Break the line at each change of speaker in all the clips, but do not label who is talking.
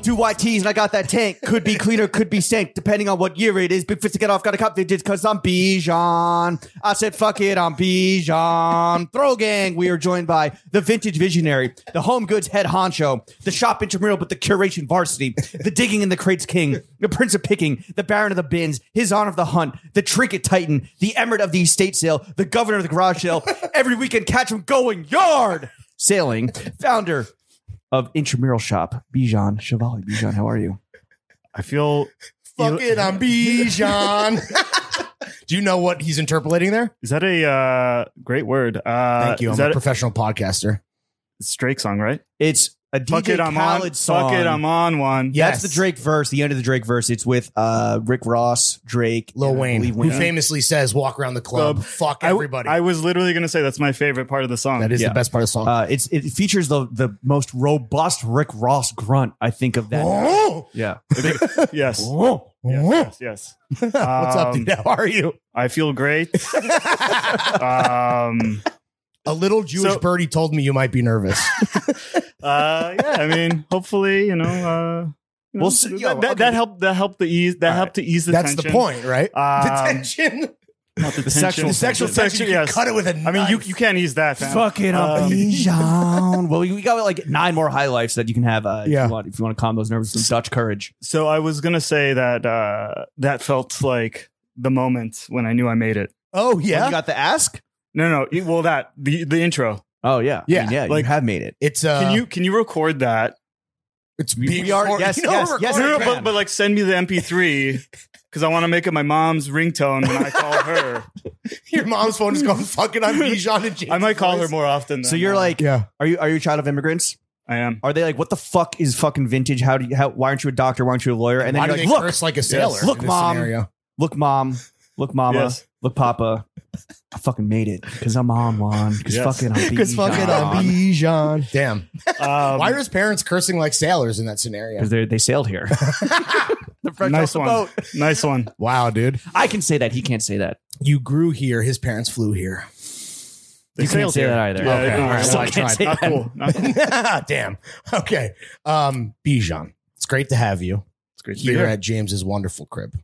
Two YTs and I got that tank. Could be cleaner, could be sank, depending on what year it is. Big fits to get off, got a cop digits because I'm Bijan. I said, fuck it, I'm Bijan. Throw gang, we are joined by the vintage visionary, the home goods head honcho, the shop intramural but the curation varsity, the digging in the crates king, the prince of picking, the baron of the bins, his honor of the hunt, the trinket titan, the emirate of the estate sale, the governor of the garage sale. Every weekend, catch him going yard sailing, founder of Intramural Shop, Bijan Chevalier. Bijan, how are you?
I feel
Fuck it, I'm Bijan. Do you know what he's interpolating there?
is that a uh, great word? Uh,
Thank you.
Is
I'm
that
a
a
professional podcaster.
Drake song, right?
It's a
Fuck
DJ
it, I'm
Khaled
on.
song.
Fuck it, I'm on one.
Yeah, that's
Yes.
the Drake verse. The end of the Drake verse. It's with uh, Rick Ross, Drake,
Lil
and I
Wayne,
believe
who famously says, walk around the club,
Club.
fuck
I w-
everybody.
I, was literally gonna say that's my favorite part of the song.
that is
yeah.
the best part of the song.
Uh, it's it features the the most robust Rick Ross grunt. I think of that.
Oh,
Yeah,
yes.
oh, oh.
yes, yes.
What's up,
Um,
dude? How are you?
I feel great. um,
A little Jewish
So-
birdie told me you might be nervous.
uh, yeah, I mean, hopefully, you know, uh, you know,
Well, so-
that,
yo,
that,
okay.
that helped. That helped the ease. That
All
helped to ease the
That's the
tension.
point, right?
Um,
the tension.
Not the, tension.
sexual The
Sexual
tension,
tension. You can
yes.
cut it with a
I mean, you
knife.
you can't ease that. fam.
Fuck it, I'm
Um,
Bijan. Well, we got like nine more high lifes that you can have. Uh,
Yeah.
if you want, if you want to calm those nerves, some Dutch courage.
So I was gonna say that uh, that felt like the moment when I knew I made it.
Oh,
Well,
yeah.
you got the ask.
No, no. it- Well, that the the intro.
Oh yeah, I
Yeah,
mean, yeah. you
like-
have made it.
it's uh,
can you can you record that?
It's
We-
being
we are-
recorded.
yes,
You know
yes,
we're
yes,
No,
recording,
no,
man.
but but like send me the MP3 because I want to make it my mom's ringtone when I call her.
Your mom's phone is going fucking on Bijan and James.
I might call her
voice.
more often. Than
So you're
uh,
like,
Yeah.
are you are you a child of immigrants?
I am.
Are they like, what the fuck is fucking vintage? How do you, how, why aren't you a doctor? Why aren't you a lawyer? And then
Why
you're
do
like,
they
look,
curse like a sailor?
Look,
in this
Mom.
scenario?
look, mom, look, mama,
Yes.
look, papa. I fucking made it because I'm on one. Because
Yes.
fucking I'm
Because fucking on
Bijan.
uh, Bijan. Damn.
Um,
Why are his parents cursing like sailors in that scenario?
'Cause they they sailed here. the French
nice
off the
one.
boat.
Nice one.
Wow, dude.
I can say that. He can't say that.
You grew here. His parents flew here.
They
you can't
sailed
say
here.
that either.
Yeah,
Okay.
don't worry.
All right,
Still
well, I
can't
tried.
say
Not
that.
cool. Not cool.
Damn. Okay. Um, Bijan, it's great to have you
It's great to be
here
here.
at James's wonderful crib.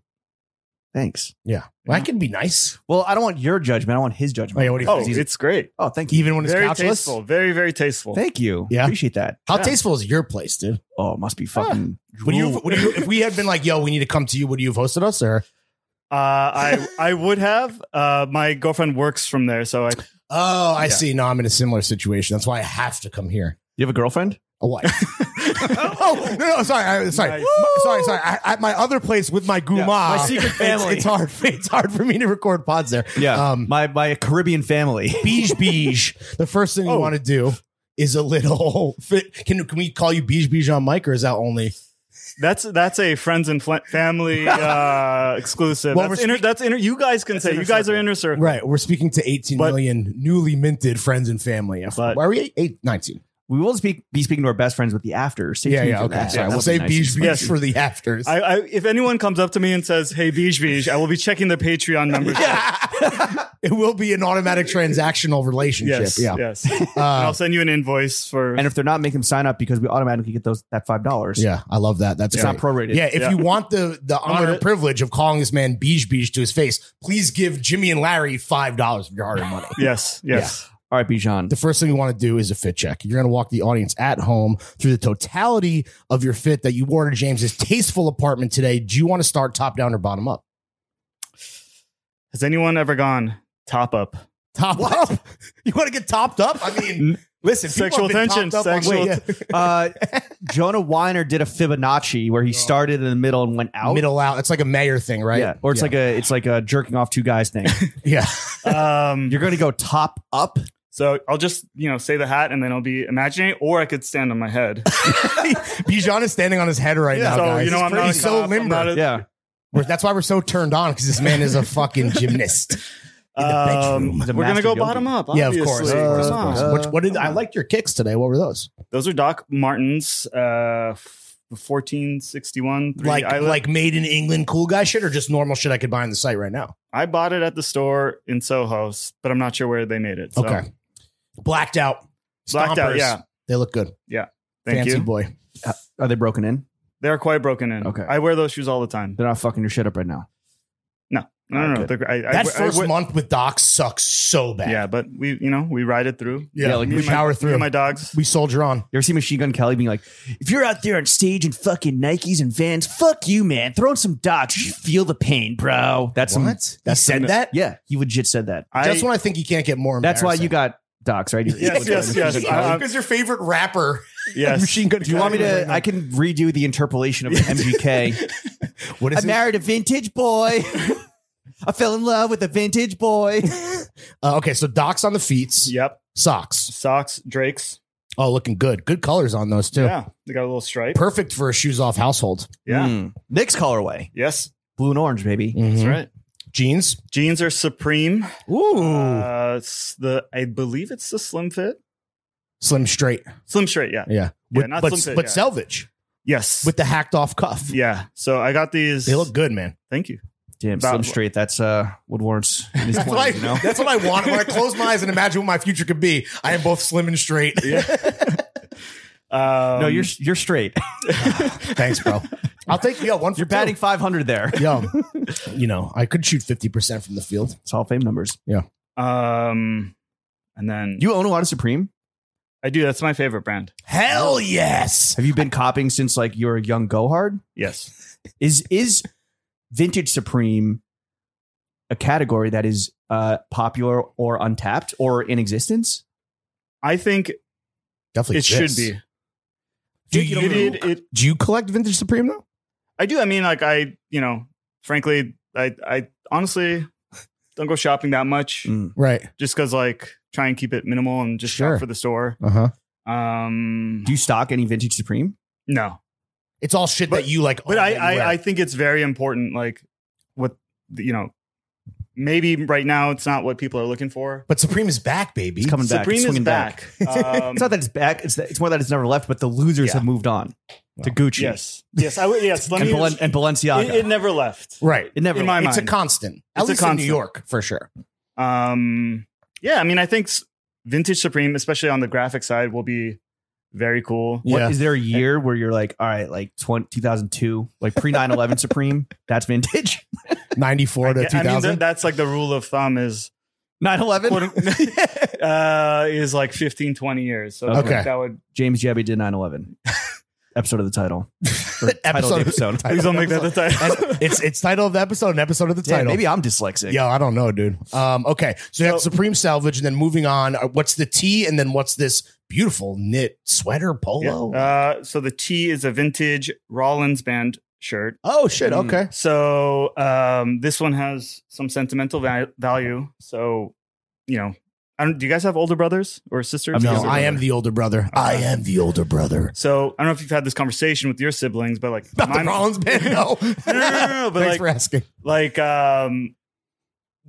Thanks.
Yeah. Well, that can be nice.
Well, I don't want your judgment. I want his
Oh,
judgment.
yeah, what do you
Oh,
think?
it's great.
Oh, thank you.
Even when it's
Very
couchless?
tasteful. Very very tasteful.
Thank you.
Yeah. Ah.
Appreciate that.
How
Yeah.
tasteful is your place, dude?
Oh, it must be fucking.
Would you,
drool.
would you, if we had been like, yo, we need to come to you, would you have hosted us? Or,
Uh, I I would have. Uh, my girlfriend works from there, so I
oh, I
Yeah.
see. No, I'm in a similar situation. That's why I have to come here.
You have a girlfriend?
A wife. oh no, no, sorry, I, sorry,
Nice.
M- sorry, sorry. I, at my other place with my guma,
Yeah,
my secret family.
It's, it's hard. It's hard for me to record pods there.
Yeah.
Um,
my my Caribbean family.
beige beige. The first thing
Oh.
you want to do is a little fit. Can can we call you beige beige on mic, or is that only?
That's that's a friends and fl- family uh, exclusive.
Well,
that's,
we're
inner, that's inner. You guys can say you guys are inner circle.
Right. We're speaking to 18
But-
million newly minted friends and family.
But-
Why are we eight, eight 19?
we will speak be speaking to our best friends with the after. Stay tuned for that. That
Sorry, we'll
would be
say
nice.
beige beige
Yes.
for the afters.
I, I, if anyone comes up to me and says, "Hey, Beej Beej," I will be checking the Patreon numbers.
it will be an automatic transactional relationship.
Yes,
yeah.
yes. and
Uh,
I'll send you an invoice for.
And if they're not, make them sign up because we automatically get those that five dollars.
yeah. I love that. That's
It's
great.
not prorated.
Yeah, if
Yeah.
you want the the honor
with
and
it.
privilege of calling this man Beige Beige to his face, please give Jimmy and Larry five dollars of your hard earned money.
yes, yes.
All right, Bijan.
The first thing you want to do is a fit check. You're going to walk the audience at home through the totality of your fit that you wore to James's tasteful apartment today. Do you want to start top down or bottom up?
Has anyone ever gone top up?
Top up. You want to get topped up? I mean, listen,
Sexual
people have been
tension,
topped up on-
sexual-
Wait, yeah.
Uh, Jonah Weiner did a Fibonacci where he started in the middle and went out.
middle out. It's like a mayor thing, right?
Yeah. Or it's like a it's like a jerking off two guys thing.
yeah.
Um,
You're gonna go top up.
so I'll just you know say the hat and then I'll be imagining, or I could stand on my head.
Bijan is standing on his head right now.
so
guys.
you know
He's
I'm not a
crazy. so
cop, I'm
limber.
not a-
Yeah.
We're- that's why we're so turned on because this man is a fucking gymnast. In the bedroom.
Um, we're gonna go
master
bottom
yogi.
up.
yeah, of course.
obviously.
of course, of
Come
course.
on.
Which- what
Uh,
did I liked your kicks today? What were those?
Those are Doc Martens, uh, f- 1461. three-
Like
I, li-
like made in England cool guy shit or just normal shit I could buy on the site right now?
I bought it at the store in Soho, s- but I'm not sure where they made it. So.
Okay. Blacked out.
Blacked out,
Stompers.
yeah.
They look good.
Thank
Fancy
you.
boy.
Are they broken in?
They're quite broken in.
Okay.
I wear those shoes all the time.
They're not fucking your shit up right now.
No, no, no.
Okay.
they're- I, I-
That
I- I
first
wear-
month with Doc sucks so bad.
Yeah, but we, you know, we ride it through.
Yeah,
Yeah, like
like
Me
we
and my-
power
me
through.
and my dogs.
we soldier on.
You ever see Machine Gun Kelly being like, if you're out there on stage in fucking Nikes and Vans, fuck you, man. Throw in some dots. You should feel the pain, bro. That's some-
What? He
that's
said
some-
that?
Yeah, he legit said that.
I,
That's when I think you can't get more.
That's why you
embarrassing.
got docs, right? You're-
Yes, yes, yes. Uh, I- I-
Because your favorite rapper.
yes.
Do you want me to? I can redo the interpolation of MGK.
What
I
is it?
married a vintage boy. I fell in love with a vintage boy.
Uh, okay, so Doc's on the feet,
Yep.
socks.
Socks, Drakes.
Oh, looking good. Good colors on those too.
Yeah. They got a little stripe.
Perfect for a shoes off household.
Yeah.
Mm. Nick's colorway,
Yes.
blue and orange, baby.
Mhm.
right.
Jeans.
Jeans are Supreme.
Ooh.
Uh, s- the I believe it's the Slim Fit,
Slim straight.
Slim Straight. Yeah.
Yeah. With-
not
but
slim fit,
but
yeah.
selvage
Yes.
with the hacked off cuff.
yeah. So I got these.
They look good, man.
Thank you.
Damn,
About-
Slim Straight. That's uh, what warrants. in his 20s, you know?
that's what I want. When I close my eyes and imagine what my future could be, I am both slim and straight.
Um,
no, you're you're straight.
Thanks, bro. I'll take yo one for
You're batting 500 there.
two. Yo, you know I could shoot fifty percent from the field.
It's Hall of Fame numbers.
Um, and then
You own a lot of Supreme.
I do. That's my favorite brand.
Hell yes.
Have you been copying since like you were a young Gohard?
Yes.
Is is vintage Supreme a category that is uh, popular or untapped or in existence?
I think
Definitely,
it should
exists.
be.
Do
It-
you,
it- it-
do you collect vintage Supreme though?
I do. I mean, like I, you know, frankly, I, I honestly don't go shopping that much
Mm. Right.
just because like try and keep it minimal and just
Sure.
shop for the store.
Uh huh.
Um,
Do you stock any vintage Supreme?
no,
It's all shit
But-
that you like.
but I,
own and
I, I
wear.
think it's very important. Like what you know, maybe right now it's not what people are looking for.
but Supreme is back, baby.
It's coming back.
Supreme
It's
is
swinging
back. Um,
It's not that it's back. It's, that, it's more that it's never left. But the losers
Yeah.
have moved on to Gucci
yes, yes, I would. Yes, let
and,
me.
Balen- and Balenciaga.
it, it never left.
right.
It never.
in my
It's a
mind.
constant. At
It's a
least in
constant.
New York for sure.
Um, yeah, I mean, I think s- vintage Supreme, especially on the graphic side, will be very cool.
What is
Yeah.
there a year where you're like, all right, like 20, 2002, like pre 9 11 Supreme, that's vintage?
Ninety four to
Yeah,
two
I mean,
thousand.
that, that's like the rule of thumb is
9 11?
uh, is like 15, 20 years. So
Okay.
that would
James Jabby did 9 11. Episode of the title. Or title of the episode.
please don't make that the title.
And it's it's title of the episode and episode of the
Damn,
title.
maybe I'm dyslexic.
Yo, I don't know, dude. Um, okay, so you have
So-
Supreme Salvage, and then moving on. uh, What's the T, and then what's this beautiful knit sweater polo?
Yeah. Uh, so the T is a vintage Rollins band shirt.
oh shit!
Mm.
Okay,
So um, this one has some sentimental va- value. So you know, I don't. Do you guys have older brothers or sisters?
No,
no,
older
I am the older brother. I am the older brother.
So I don't know if you've had this conversation with your siblings, but like
About the Rollins band, no.
No, no, no, no, but
Thanks
like-
for asking.
like um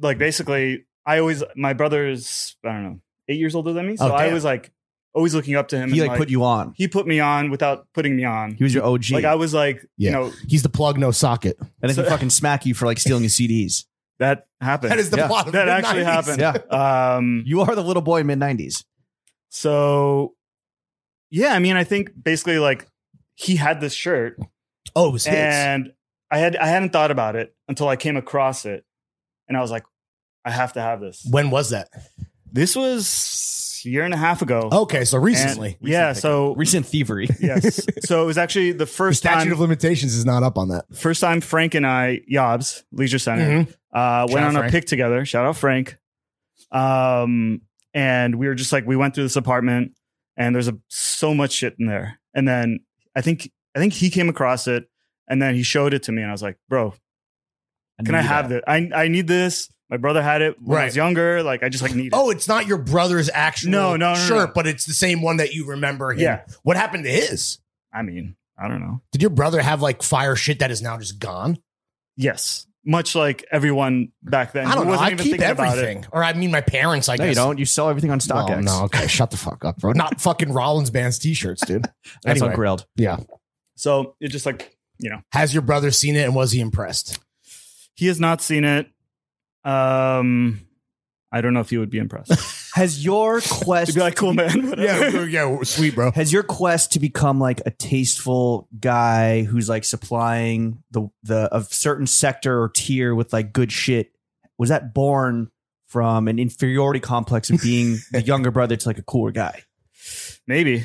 like basically I always my brother's I don't know eight years older than me, so
Oh,
I
damn.
was like always looking up to him.
He
and,
like put you on.
He put me on without putting me on.
He was your OG.
Like I was like
Yeah.
you know
He's the plug, no socket.
and then
so-
he fucking smack you for like stealing his CDs.
that happened.
That is the
Yeah,
plot. Of
that
the
actually
90s.
happened.
Yeah.
um
You are the little boy mid 90s.
so yeah, I mean I think basically like he had this shirt
Oh, it was his.
and I had I hadn't thought about it until I came across it and I was like I have to have this.
when was that?
This was a year and a half ago.
Okay, so
And-
Oh, recently.
yeah. So
Recent thievery.
yes, so it was actually the
The
first
statute
time.
of limitations is not up on that.
first time Frank and I, Yobs Leisure Center,
Mm-hmm.
Mhm.
uh,
Shout
went on
out Frank.
a pic together. Shout out Frank. Um, and we were just like we went through this apartment, and there's a so much shit in there. And then I think I think he came across it, and then he showed it to me, and I was like, bro, can I
knew
have
that.
this? I I need this. My brother had it when I was
Right.
younger. Like I just like need it.
Oh, it's not your brother's actual
No, no, no,
shirt,
no.
but it's the same one that you remember. Him.
Yeah.
What happened to his?
I mean, I don't know.
Did your brother have like fire shit that is now just gone?
Yes. much like everyone back then.
I
who
don't know.
wasn't
I
even
keep
thinking about it.
everything, or I mean, my parents. I
No,
guess
you don't. You sell everything on
Well,
StockX.
no, okay, shut the fuck up, bro. Not fucking Rollins bands t-shirts, dude.
That's
Anyway.
ungrilled.
Yeah.
So it just like you know,
Has your brother seen it and was he impressed?
he has not seen it. Um, I don't know if he would be impressed.
Has your
He'd
quest
be like, cool man. whatever."
yeah, sweet, bro.
has your quest to become like a tasteful guy who's like supplying the the a certain sector or tier with like good shit was that born from an inferiority complex of being the younger brother to like a cooler guy
Maybe,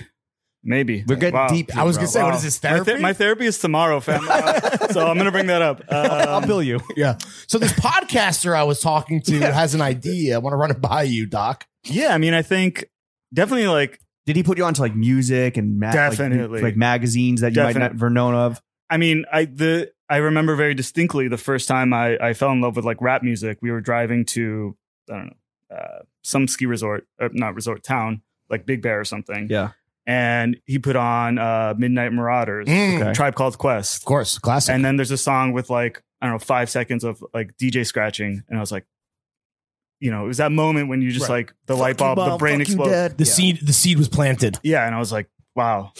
maybe
we're getting
Wow.
deep
I was
here,
gonna
bro.
say, what
Wow.
is this
My,
therapy?
ther- my therapy is tomorrow, fam. Uh, so I'm gonna bring that up.
i'll
Um,
bill you
yeah. So this podcaster I was talking to has an idea. I want to run it by you, Doc.
yeah, I mean, I think definitely like
did he put you onto like music and ma- like,
Definitely.
like, magazines that you might
Definite-
never known of
I mean, I the I remember very distinctly the first time I I fell in love with like rap music. We were driving to I don't know uh, some ski resort, or not resort town, like Big Bear or something.
Yeah.
and he put on uh, Midnight Marauders,
Mm,
Okay.
Tribe Called Quest,
Of course, classic.
and then there's a song with like I don't know five seconds of like DJ scratching, and I was like, you know, it was that moment when you just
Right.
like the light bulb, the brain explodes.
the seed, the seed was planted.
Yeah, and I was like, wow,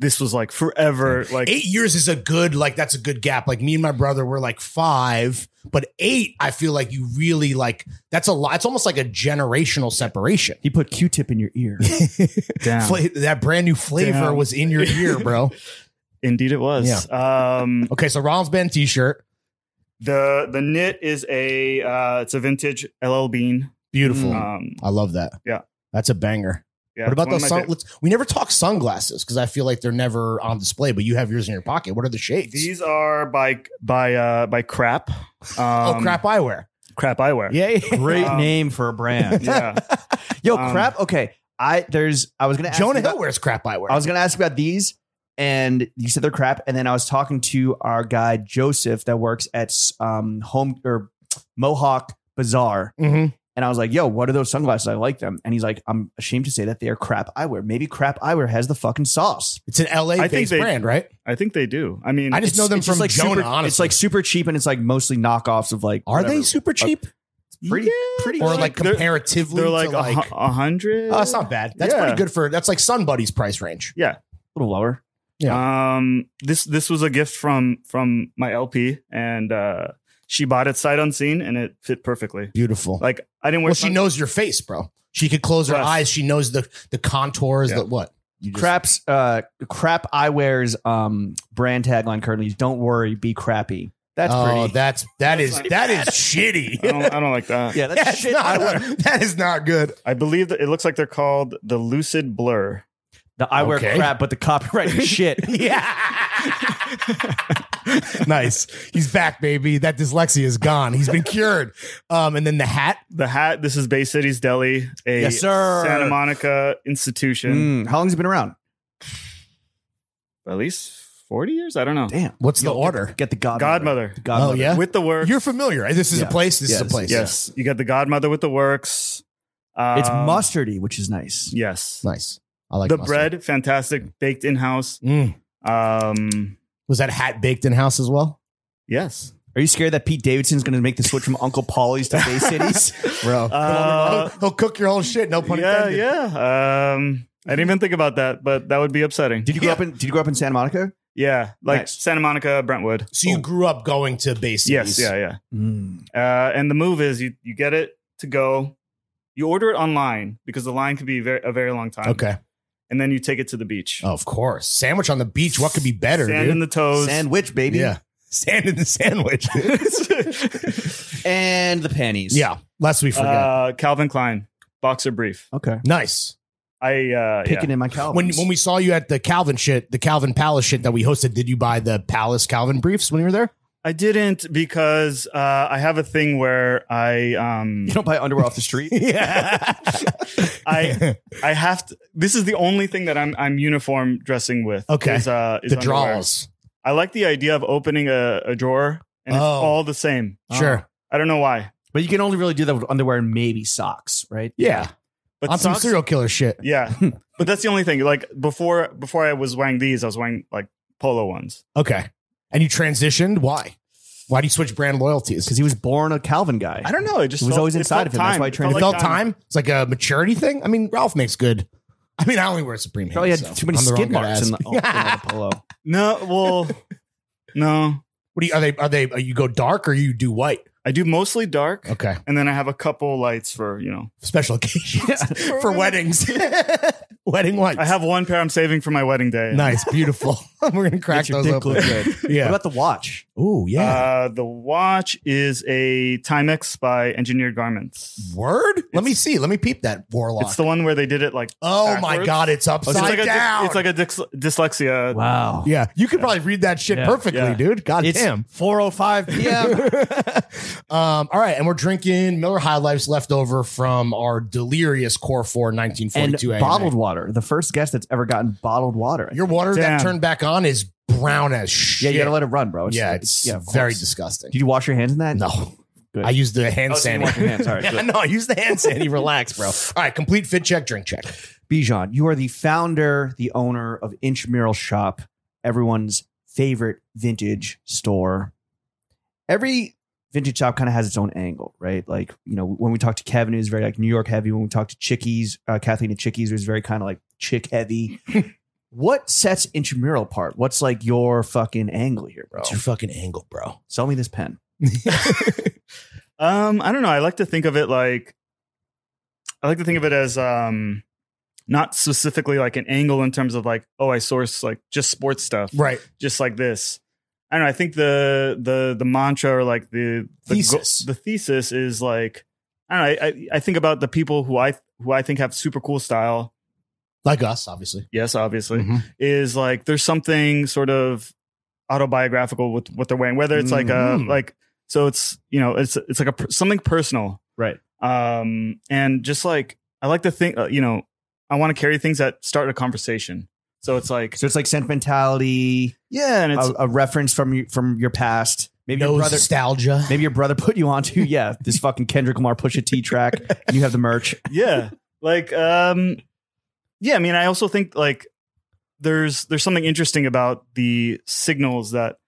this was like forever. Like
eight years is a good like that's a good gap like me and my brother were like five but eight i feel like you really like that's a lot it's almost like a generational separation
he put q-tip in your ear
damn.
Fla- that brand new flavor
Damn.
was in your ear bro
Indeed, it was. Um,
okay so rollins band t-shirt
the the knit is a uh, it's a vintage LL Bean.
beautiful
Um,
i love that
Yeah.
that's a banger
yeah,
what about
it's
those
one
sun-
of my
let's, we never talk sunglasses because i feel like they're never on display but you have yours in your pocket what are the
fav-
shades
These are by by uh, by crap. Um,
oh crap eyewear
crap eyewear.
yeah
great
Um,
name for a brand
yeah.
yo
Um,
crap okay i there's i was gonna ask
jonah
you about-
hill wears crap eyewear
I was going to ask about these, and you said they're crap. And then I was talking to our guy Joseph that works at um, Home or Mohawk Bazaar,
Mhm.
and I was like, "Yo, what are those sunglasses? I like them." And he's like, "I'm ashamed to say that they are crap eyewear. Maybe crap eyewear has the fucking sauce."
it's an la
think
based
they-
brand right
I think they do. I mean,
i just
It's-
know them
it's
from
just like super,
jonah honestly
It's like super cheap, and it's like mostly knockoffs of like.
Are
whatever.
they super cheap
pretty? Pretty
or
cheap.
like
Uh, They're-
comparatively?
they're like
to like,
a hu- a hundred.
oh, that's not bad. That's
Yeah.
pretty good for that's like Sun Buddy's price range.
a little lower.
Um, this this was a gift from from my LP, and uh, she bought it sight unseen, and it fit perfectly.
Beautiful.
Like I didn't wear.
well, she
sun-
knows your face, bro. She could close her
Yes.
eyes. She knows the the contours.
Yeah.
The what? You just-
Craps, uh, crap eyewear's um brand tagline currently is "Don't worry, be crappy." That's
oh,
pretty.
that's that is
not
that is shitty.
I don't, I don't like that.
yeah, that's
That's
shit.
not-
eyewear.
that is not good.
I believe that it looks like they're called the Lucid Blur.
The I wear
Okay.
crap, but the copyright is shit.
Yeah. nice. He's back, baby. That dyslexia is gone. He's been cured. Um, and then the hat.
The hat. This is Bay City's Deli, a
Yes, sir.
Santa Monica institution.
Mm, how long has it been around?
Mm.
At least forty years. I don't know.
Damn.
What's
Yo,
the
get
order?
Get the godmother.
Godmother.
The godmother.
Oh, yeah?
with the works.
You're familiar. This is a
Yeah.
place. This
Yeah,
is a
this is-
place.
yes, you got the Godmother with the works. Um,
It's mustardy, which is nice.
Yes,
Nice. I like
the
mustard.
bread, fantastic, baked in house.
Mm.
Um,
Was that hat baked in house as well?
yes.
Are you scared that Pete Davidson's going to make the switch from Uncle Polly's to Bay Cities?
Bro.
Uh,
he'll, he'll cook your whole shit. No pun
yeah,
intended.
yeah. Um, I didn't even think about that, but that would be upsetting.
Did you grow up in Did you grow up in Santa Monica?
Yeah, like
Nice.
Santa Monica, Brentwood.
So you grew up going to base.
Yes, yeah, yeah.
Mm.
Uh, and the move is you you get it to go, you order it online because the line could be very, a very long time.
Okay. Oh,
and then you take it to the beach.
Of course. Sandwich on the beach. What could be better?
Sand
dude?
in the toes.
Sandwich, baby.
yeah. Sand in the sandwich. dude.
And the panties.
yeah. Lest we forget.
uh, Calvin Klein boxer brief.
Okay.
nice.
I uh,
Picking in my Calvin.
When when we saw you at the Calvin shit, the Calvin Palace shit that we hosted, did you buy the Palace Calvin briefs when you were there?
yeah. I didn't because uh, I have a thing where I um
you don't buy underwear off the street.
Yeah.
I I have to. This is the only thing that I'm I'm uniform dressing with.
Okay.
is, uh, is
the
underwear.
draws.
I like the idea of opening a, a drawer and it's
Oh.
all the same.
Sure.
I don't know why,
But you can only really do that with underwear and maybe socks, right?
Yeah.
but
on some
socks-
serial killer shit.
Yeah, but that's the only thing. Like before, before I was wearing these, I was wearing like polo ones.
Okay. And you transitioned? Why? Why do you switch brand loyalties?
because he was born a Calvin guy.
I don't know. Oh, It um, just
It was
felt-
always
it
inside
felt
of him. That's
time.
why he trained
It
Like
felt time. It's like a maturity thing. I mean, Ralph makes good. I mean, I only wear Supreme.
Probably had
Hanes, so
too many
I'm the wrong
skid
guy to
marks in the, oh,
ask.
in the polo.
No, well, no.
What do you, are they? Are they? Are you go dark or you do white?
I do mostly dark,
Okay,
and then I have a couple lights for you know.
special occasions for weddings, wedding whites.
I have one pair I'm saving for my wedding day.
nice, beautiful. We're gonna crack
Makes your
those
dick
open.
look good. What
Yeah.
about the watch?
Ooh, yeah.
Uh, the watch is a Timex by Engineered Garments.
Word. Let me see. Let me peep that warlock.
It's the one where they did it like
oh my
backwards.
god, it's upside
it's like a,
down.
dys- it's like a dys- dyslexia.
Wow.
yeah, you could probably read that shit
Yeah,
perfectly,
yeah.
dude. God
It's
damn.
4:05 p.m.
Um, all right, and we're drinking Miller High Life's leftover from our delirious Core 4
and
1942 AMA.
bottled water. The first guest that's ever gotten bottled water.
Your water
Damn.
that turned back on is brown as
yeah,
shit.
you gotta let it run, bro.
yeah, it's
of
very
course.
disgusting.
Did you wash your hands in that?
No.
Good.
I used the hand
Oh, so you
sanitizer.
wash your hands. All right,
yeah,
good.
no, I used the hand sanitizer. Relax, bro. All right, complete fit check, drink check.
Bijan, you are the founder, the owner of Intramural Shop, everyone's favorite vintage store. Every vintage shop kind of has its own angle, right? Like, you know, when we talk to Kevin, who's very like New York heavy. When we talk to Chickies, uh, Kathleen and Chickies, who's very kind of like chick heavy. what sets Intramural apart? What's like your fucking angle here, bro?
It's your fucking angle, bro.
Sell me this pen.
Um, I don't know. I like to think of it like I like to think of it as um not specifically like an angle in terms of like, oh, I source like just sports stuff,
Right.
just like this. I don't know. I think the the the mantra or like the the,
Thesis.
the thesis is like I don't know. I, I, I think about the people who I who I think have super cool style.
Like us, obviously.
Yes, obviously,
Mm-hmm.
Mhm.
is like there's something sort of autobiographical with what they're wearing, whether it's like a
Mm-hmm.
Mhm.
like so it's you know it's it's like a per- something personal
Right.
um and just like i like to think uh, you know i want to carry things that start a conversation so it's like
So it's like sentimentality,
yeah and it's
a, a reference from your, from your past. Maybe
No
your brother,
nostalgia.
Maybe your brother put you onto yeah this fucking Kendrick Lamar Pusha T track. and You have the merch.
yeah like um yeah i mean i also think like there's there's something interesting about the signals that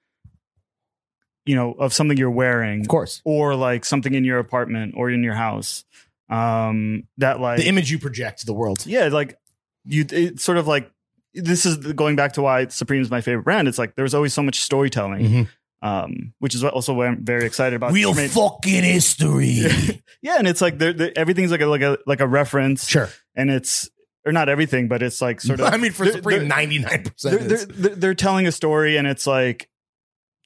you know of something you're wearing
Of course.
or like something in your apartment or in your house um that like
The image you project to the world.
yeah, like you, it's sort of like this is the- going back to why Supreme is my favorite brand. It's like there's always so much storytelling,
Mhm.
um, which is also why I'm very excited about.
Real
Supreme.
fucking history.
yeah, and it's like there there- everything's like a like a like a reference,
sure.
and it's or not everything, but it's like sort of.
I mean, for
they're-
Supreme,
they're-
ninety nine percent.
they're, they're, they're they're telling a story, and it's like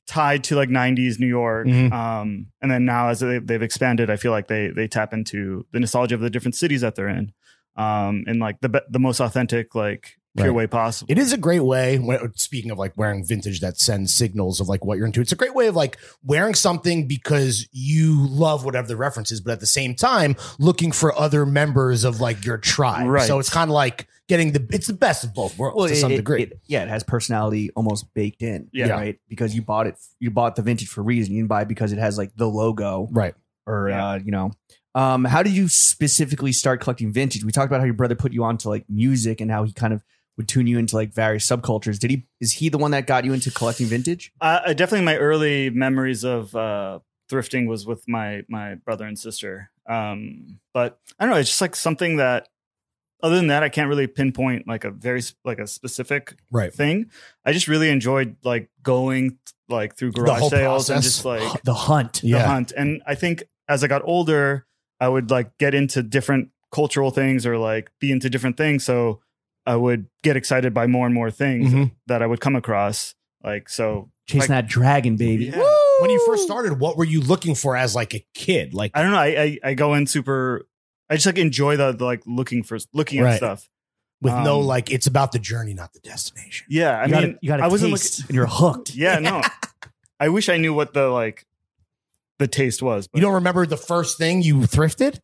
tied to like 90s New York.
Mhm.
Um, and then now as they, they've expanded, I feel like they they tap into the nostalgia of the different cities that they're in, um, and like the be- the most authentic like pure
Right.
way possible.
It is a great way. When, speaking of like wearing vintage that sends signals of like what you're into, it's a great way of like wearing something because you love whatever the reference is, but at the same time looking for other members of like your tribe.
Right.
So it's kind of like getting the it's the best of both worlds to
it-
some
it-
degree.
it- yeah, it has personality almost baked in.
Yeah.
right. Because you bought it, you bought the vintage for a reason. You didn't buy it because it has like the logo
right.
or
Yeah.
uh, you know. Um, how did you specifically start collecting vintage? We talked about how your brother put you onto like music and how he kind of would tune you into like various subcultures. Did he? Is he the one that got you into collecting vintage?
Uh, uh, definitely, my early memories of uh, thrifting was with my my brother and sister. Um, but I don't know. It's just like something that, other than that, I can't really pinpoint like a very sp- like a specific
Right.
thing. I just really enjoyed like going like through
The
garage
whole
sales and
process.
just like
The hunt.
the
Yeah.
hunt. And I think as I got older, I would like get into different cultural things or like be into different things. So I would get excited by more and more things
Mhm.
that I would come across. Like so,
Chasing that dragon, baby.
Yeah.
When you first started, what were you looking for as like a kid? Like
I don't know. I, I I go in super. I just like enjoy the, the, like looking for looking
Right.
at stuff.
with no
um,
like it's about the journey, not the destination.
Yeah, I
you
mean,
got a, you got a
I wasn't
taste and you're hooked.
looking. Yeah, no. I wish I knew what the like the taste was. But
You don't remember the first thing you thrifted?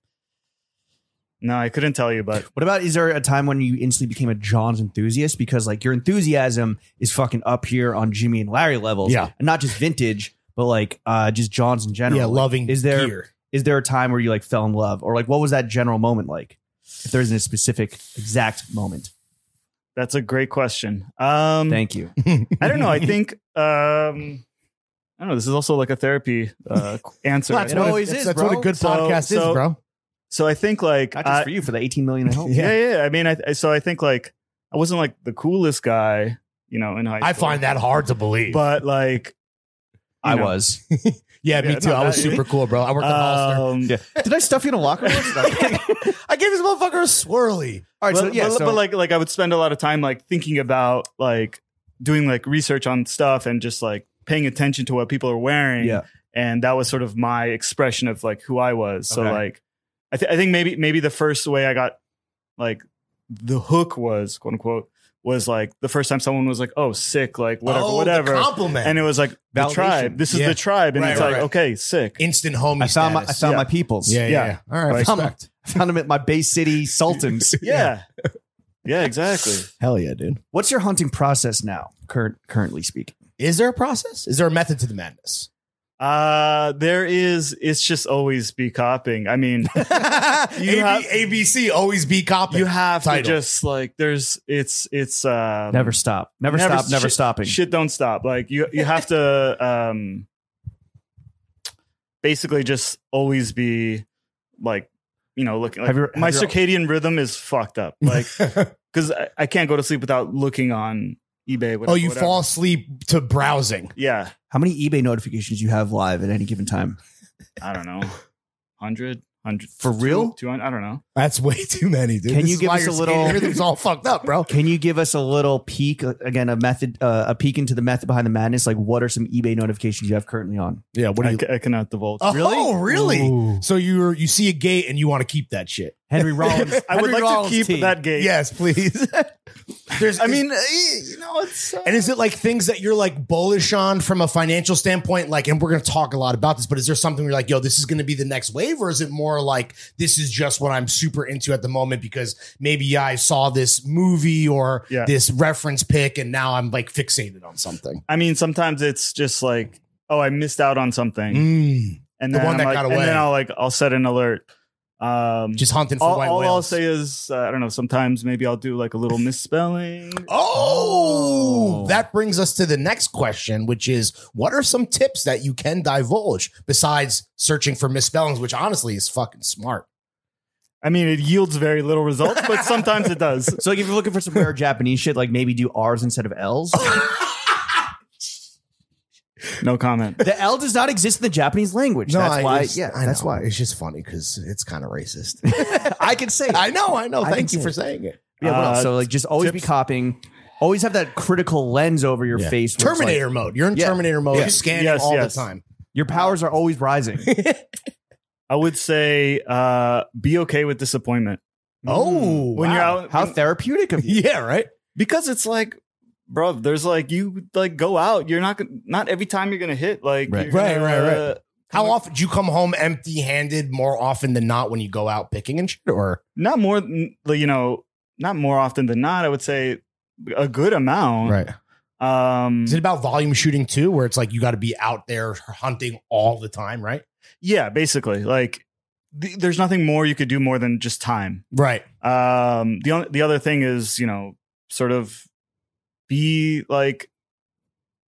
no, I couldn't tell you. But
What about is there a time when you instantly became a John's enthusiast because like your enthusiasm is fucking up here on Jimmy and Larry levels,
Yeah.
and not just vintage, but like uh just John's in general.
Yeah,
Like,
loving
is there-
gear.
is there a time where you like fell in love, or like what was that general moment like? If there isn't a specific exact moment,
that's a great question. Um,
thank you.
I don't know. I think um, I don't know. This is also like a therapy uh, answer.
Well, that's
you know?
what
it-
always
that's-
is,
That's what
bro.
a good
So-
podcast is,
so-
bro.
So I think like
Not
I-
just for you, for the 18 million at
Oh,
home.
yeah. yeah, I mean, I, I- so I think like I wasn't like the coolest guy, you know, in high.
I
school.
find that hard to believe.
but like
I
you know.
was.
yeah, me
Yeah,
too.
no,
I was
that-
super cool, bro. I worked at Hollister.
um,
Yeah.
Did I stuff you in a locker room? All right,
I gave this motherfucker a swirly.
but,
so yeah,
but-
so,
but, like like I would spend a lot of time like thinking about like doing like research on stuff and just like paying attention to what people are wearing.
Yeah.
and that was sort of my expression of like who I was. So
Okay.
like I, th- I think maybe maybe the first way I got like the hook was quote unquote was like the first time someone was like oh sick like whatever
Oh, the
whatever
compliment.
and it was like the
Validation.
tribe. This is
Yeah.
the tribe, and
Right,
it's
right,
like
right.
okay, sick.
instant homie
I found my I
status.
found
Yeah.
my peoples.
yeah, yeah, yeah. All right,
I found,
respect.
I found them at my Bay City Sultans.
yeah. yeah, exactly.
Hell yeah, dude.
What's your hunting process now, current currently speaking?
Is there a process? Is there a method to the madness?
Uh there is it's just always be copying. I mean,
AB,
have-
ABC always be copping.
you have to
Title.
just like there's it's it's uh
Never stop. Never,
Never-
stop, never
shit-
stopping.
shit don't stop. Like you you have to um basically just always be like you know, looking like
Have your- have
my
your-
circadian rhythm is fucked up. Like, because I, I can't go to sleep without looking on eBay. Whatever,
oh, you
whatever.
fall asleep to browsing.
Yeah,
How many eBay notifications you have live at any given time?
I don't know, 100, 100
For real?
two hundred. I don't know.
That's way too many, dude.
Can
This
you
is
give
why
us
your
a little-
circadian Rhythm's all fucked up, bro.
Can you give us a little peek uh, again, a method, uh, a peek into the method behind the madness? Like, what are some eBay notifications you have currently on?
Yeah. What
I, ca- I cannot divulge.
Oh, really?
Ooh.
So you you see a gate and you want to keep that shit.
Henry Rollins.
I would
Henry
like
Rollins
to keep
tea.
that game.
Yes, please. There's,
I mean, eh, you know, it's uh,
and is it like things that you're like bullish on from a financial standpoint? Like, and we're going to talk a lot about this, but is there something where you're like, yo, this is going to be the next wave? Or is it more like this is just what I'm super into at the moment because maybe I saw this movie or
Yeah.
this reference pick and now I'm like fixated on something?
uh, I mean, sometimes it's just like, oh, I missed out on something,
Mm.
and
the
then
one
I'm
that
like,
got away.
and then I'll like, I'll set an alert. Um,
Just hunting for
all,
white
all I'll
whales.
say is, uh, I don't know. Sometimes maybe I'll do like a little misspelling.
Oh,
Oh.
that brings us to the next question, which is what are some tips that you can divulge besides searching for misspellings, which honestly is fucking smart?
I mean, it yields very little results, but sometimes it does.
So, like, if you're looking for some rare Japanese shit, like maybe do R's instead of L's.
No comment.
the L does not exist in the Japanese language. that's
I-
why.
it's-
Yeah,
I
that's
know.
why.
It's just funny because it's kind of racist.
I can say. it.
I know, I know.
I
Thank
can
you
see
for
it.
saying it.
Yeah, what else?
Uh,
So like just always be
tips?
copying. Always have that critical lens over your
Yeah.
face. where it's like,
Terminator mode. You're in
Yeah.
Terminator mode,
Yes.
scanning
Yes,
all
yes.
the time.
your powers are always rising.
I would say uh, be okay with disappointment
Oh,
when you're
wow.
out.
Mm. How
when-
therapeutic of you.
yeah, right.
because it's like, bro, there's like you like go out. You're not gon- not every time you're gonna hit. Like
Right.
you're gonna,
Right, right, right.
uh,
How often do you come home empty-handed? More often than not, when you go out picking and shit, or
Not more, than- like, you know, not more often than not. I would say a good amount. Um.
Is it about volume shooting too, where it's like you got to be out there hunting all the time, right?
yeah. Basically, like th- there's nothing more you could do more than just time.
Right.
Um, the on- the other thing is, you know, sort of be like,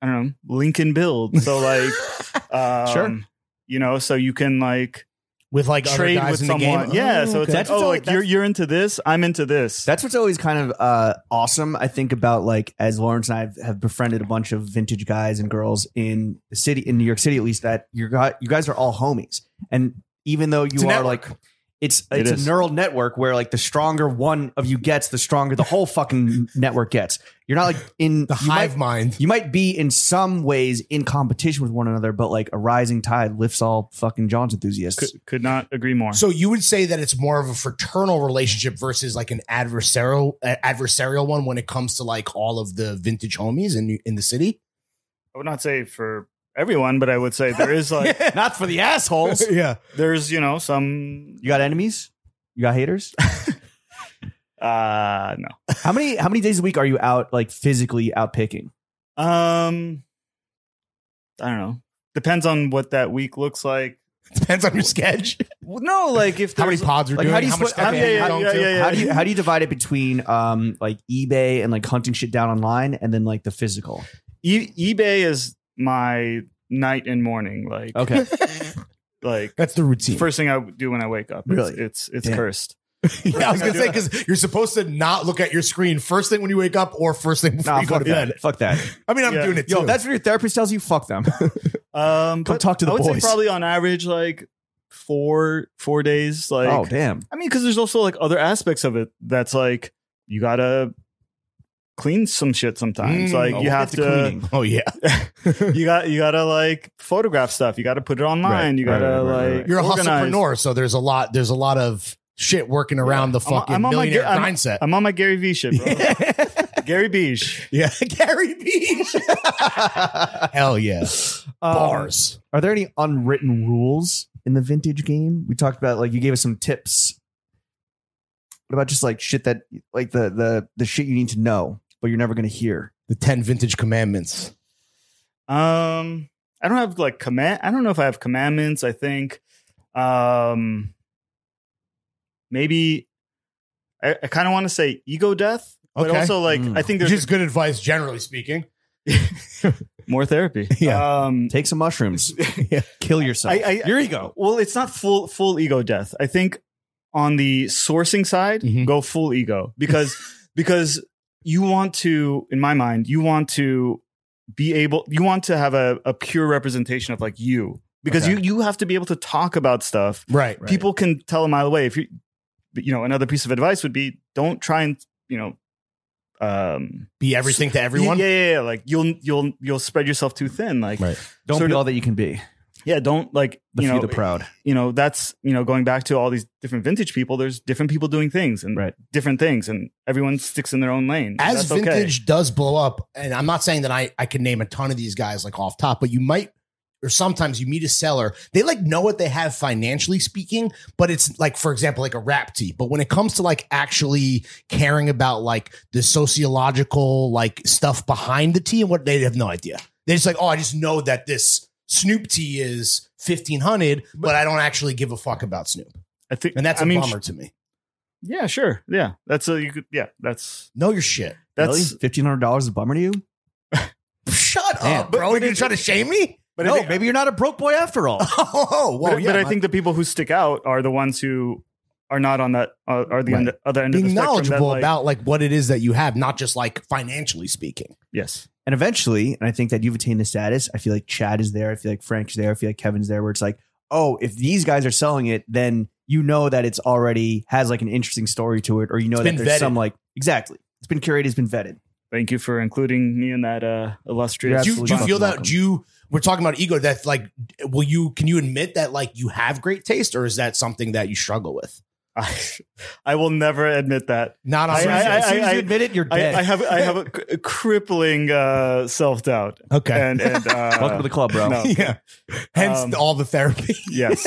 I don't know, Lincoln build. So like, um,
Sure.
you know, so you can like
With like
trade
other guys
with
in
someone.
the game.
Yeah. so it's
okay.
like,
That's what's
oh,
all-
like you're
that's-
you're into this. I'm into this.
That's what's always kind of uh, awesome, I think, about like as Lawrence and I have, have befriended a bunch of vintage guys and girls in the city, in New York City at least, that you got you guys are all homies. And even though you
a
are like
network.
it's
It
it's
is.
a neural network where like the stronger one of you gets, the stronger the whole fucking network gets. You're not like in
the
you might-
hive mind.
you might be in some ways in competition with one another, but like a rising tide lifts all fucking John's enthusiasts.
could, could not agree more.
So you would say that it's more of a fraternal relationship versus like an adversarial uh, adversarial one when it comes to like all of the vintage homies in in the city.
I would not say for everyone, but I would say there is like
Not for the assholes.
yeah.
there's you know some
You got enemies? You got haters?
uh no.
How many how many days a week are you out like physically out picking?
Um, I don't know. Depends on what that week looks like.
Depends on your sketch.
Well, no, like if
How many
there's-
pods you're
Like
doing.
how do you
much
split
stuff
how,
you're
yeah,
going
yeah,
to.
yeah, yeah.
how do you how do you divide it between um like eBay and like hunting shit down online and then like the physical?
E- eBay is my night and morning. Like
Okay.
like
That's the routine.
first thing I do when I wake up. It's-
Really?
It's it's,
Damn.
cursed.
yeah, I was
thing I
gonna
do-
say because you're supposed to not look at your screen first thing when you wake up or first thing before
Nah,
you go
fuck
to
that.
bed.
Fuck that.
I mean, I'm
Yeah.
doing it too.
Yo, that's what your therapist tells you. Fuck them.
Um,
Come
but
talk to the
I would
boys.
Say probably on average like four four days. Like
oh damn.
I mean, because there's also like other aspects of it that's like you gotta clean some shit sometimes.
Mm,
like
oh,
you have
Get
to,
cleaning.
oh yeah,
you got you gotta like photograph stuff. You gotta put it online.
Right,
you
right, right,
gotta
right,
like
right.
you're a
organize.
hustlepreneur, so there's a lot. There's a lot of shit working around the
I'm on-
fucking
I'm on my
millionaire
ga- I'm-
mindset.
I'm on my Gary V shit, bro. Gary Beach.
yeah, Gary Beach. Hell yeah,
Um,
bars.
Are there any unwritten rules in the vintage game? We talked about like you gave us some tips. What about just like shit that like the the the shit you need to know but you're never gonna hear?
The ten vintage commandments.
Um, I don't have like command. I don't know if I have commandments. I think, um, maybe I, I kind of want to say ego death, but
Okay.
also like
Mm.
I think
Which
there's
is good advice, generally speaking.
more therapy.
Yeah.
Um,
Take some mushrooms. Kill yourself.
I- I-
Your ego.
well, it's not full full ego death. I think on the sourcing side,
Mm-hmm.
Mhm.
go full ego because because you want to, in my mind, you want to be able, you want to have a, a pure representation of like you because
Okay.
you you have to be able to talk about stuff.
Right.
Right.
People can tell a mile away. If you you know, another piece of advice would be don't try and you know. Um,
Be everything to everyone.
Yeah, yeah, yeah. Like you'll you'll you'll spread yourself too thin. Like,
Right.
Don't
So
be
do-
all that you can be.
yeah, don't like
The
you
few,
know
the proud.
you know that's you know going back to all these different vintage people there's different people doing things and
Right.
different things and everyone sticks in their own lane and
as
that's okay.
vintage does blow up, and I'm not saying that I I can name a ton of these guys like off top, but you might or sometimes you meet a seller, they like know what they have financially speaking, but it's like for example like a rap tee, but when it comes to like actually caring about like the sociological like stuff behind the tee and what they have no idea. They just like, "Oh, I just know that this Snoop tee is 1500, but I don't actually give a fuck about Snoop."
i think
And that's a
I mean,
bummer to me.
yeah sure yeah that's a you could yeah that's
Know your shit.
that's
fifteen hundred dollars is a bummer to you.
Shut
Damn.
up, bro. Are you going to try to shame me?
but
no,
I think,
maybe you're not a broke boy after all.
Oh,
but,
well, yeah,
but i
my-
think the people who stick out are the ones who are not on that uh, are, are the
Right.
end, other end of
being
the spectrum that,
knowledgeable
like-
about like what it is that you have, not just like financially speaking.
yes
And eventually, and I think that you've attained the status. I feel like Chad is there. I feel like Frank's there. I feel like Kevin's there. Where it's like, oh, if these guys are selling it, then you know that it's already has like an interesting story to it, or you know
It's
that
been
there's
vetted.
some like exactly. It's been curated. It's been vetted.
thank you for including me in that uh illustrious
You're
Do you, do you
absolutely
feel that?
welcome.
Do you? We're talking about ego. That's like, will you? Can you admit that like you have great taste, or is that something that you struggle with?
I, I will never admit that
Not on.
I-
as, soon as-
I-
as soon as
I-
you admit it, you're
I,
dead.
I have i have a, c- a crippling uh self-doubt
okay.
and and uh
Welcome to the club, bro.
no.
yeah. Hence
Um,
all the therapy.
yes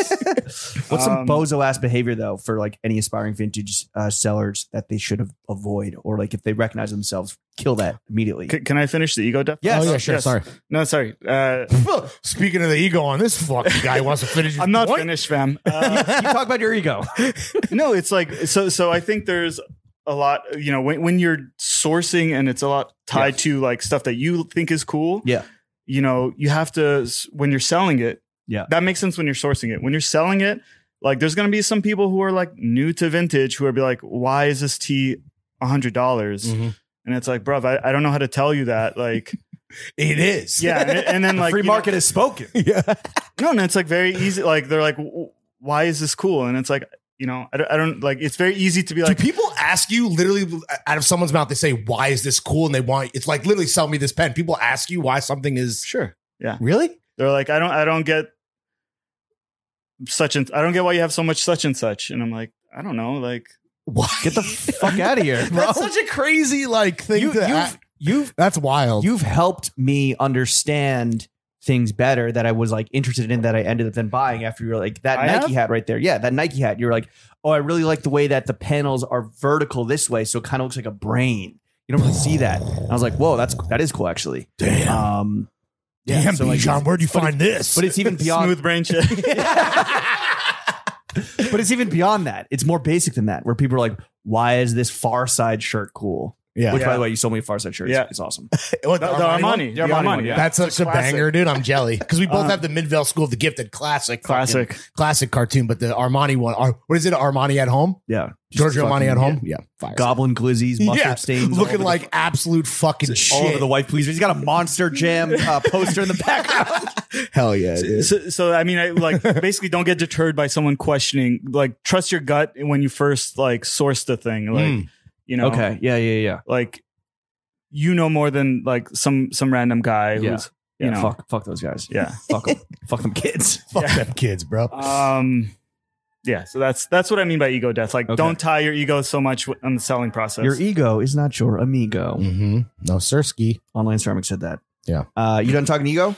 What's some
Um,
bozo ass behavior though for like any aspiring vintage uh, sellers that they should have avoid, or like if they recognize themselves, kill that immediately.
Can, can I finish the ego death?
Yes.
oh yeah, sure.
Yes.
Sorry.
No, sorry. Uh,
Speaking of the ego on this fucking guy, wants to finish. his
I'm not
point.
finished, fam. Uh,
you talk about your ego.
no, it's like so. So I think there's a lot. You know, when when you're sourcing and it's a lot tied to like stuff that you think is cool.
Yeah.
You know, you have to s- when you're selling it.
Yeah.
That makes sense when you're sourcing it. When you're selling it, like there's gonna be some people who are like new to vintage who are be like, why is this tea hundred dollars?
Mm.
Mhm.
And it's like, bruv, I, I don't know how to tell you that. Like,
It is.
yeah. And, and then like
Free
you know-
market is spoken.
yeah.
No, and it's like very easy. Like they're like, "W- why is this cool? And it's like, you know, I don't, I don't like. It's very easy to be like,
Do people ask you literally out of someone's mouth? They say, "Why is this cool?" And they want it's like literally sell me this pen. People ask you why something is
sure.
really.
They're like, I don't, I don't get such and I don't get why you have so much such and such. And I'm like, I don't know. Like,
Why?
Get the fuck out of here, bro.
That's such a crazy like thing.
You,
to
you've,
act-
you've
that's wild.
you've helped me understand things better that I was like interested in that I ended up then buying after you were like that
I
Nike
have?
hat right there. Yeah, that Nike hat. You're like, oh, I really like the way that the panels are vertical this way, so it kind of looks like a brain. You don't really see that. And I was like, whoa, that's that is cool actually.
damn,
Um, yeah,
damn,
so, like,
Bijan, where'd you
but
find this?
but it's even beyond.
smooth brain shit.
but it's even beyond that. It's more basic than that, where people are like, why is this Far Side shirt cool?
Yeah.
Which, by
Yeah.
the way, you sold me a Farside shirt.
Yeah.
It's awesome.
What,
The,
the
the
Armani one?
Armani, the Armani, one, yeah.
That's such a,
classic.
banger, dude. I'm jelly because we both
Uh,
have the Midvale School of the Gifted classic, fucking-
classic.
classic cartoon. But the Armani one, Ar- what is it? Armani at home,
Yeah.
Giorgio Armani
fucking-
at home. Yeah, fire.
Goblin glizzies, mustard
Yeah,
stains. all
looking
over the-
like absolute fucking shit.
all over the wife pleaser. He's got a monster jam uh, poster in the background.
Hell yeah, dude.
So, so I mean, I like basically don't get deterred by someone questioning. Like, trust your gut when you first like source the thing. Like,
Mm.
you know,
Okay. Yeah. Yeah. Yeah.
like you know more than like some some random guy
Yeah.
who's
Yeah.
you know,
fuck. Fuck those guys.
yeah.
Fuck them. fuck them kids.
Fuck them kids, bro.
Um, yeah. So that's that's what I mean by ego death. Like,
Okay.
don't tie your ego so much w- on the selling process.
Your ego is not your amigo.
mm-hmm. No, Sirski.
Online ceramic said that.
Yeah.
Uh, you done talking ego?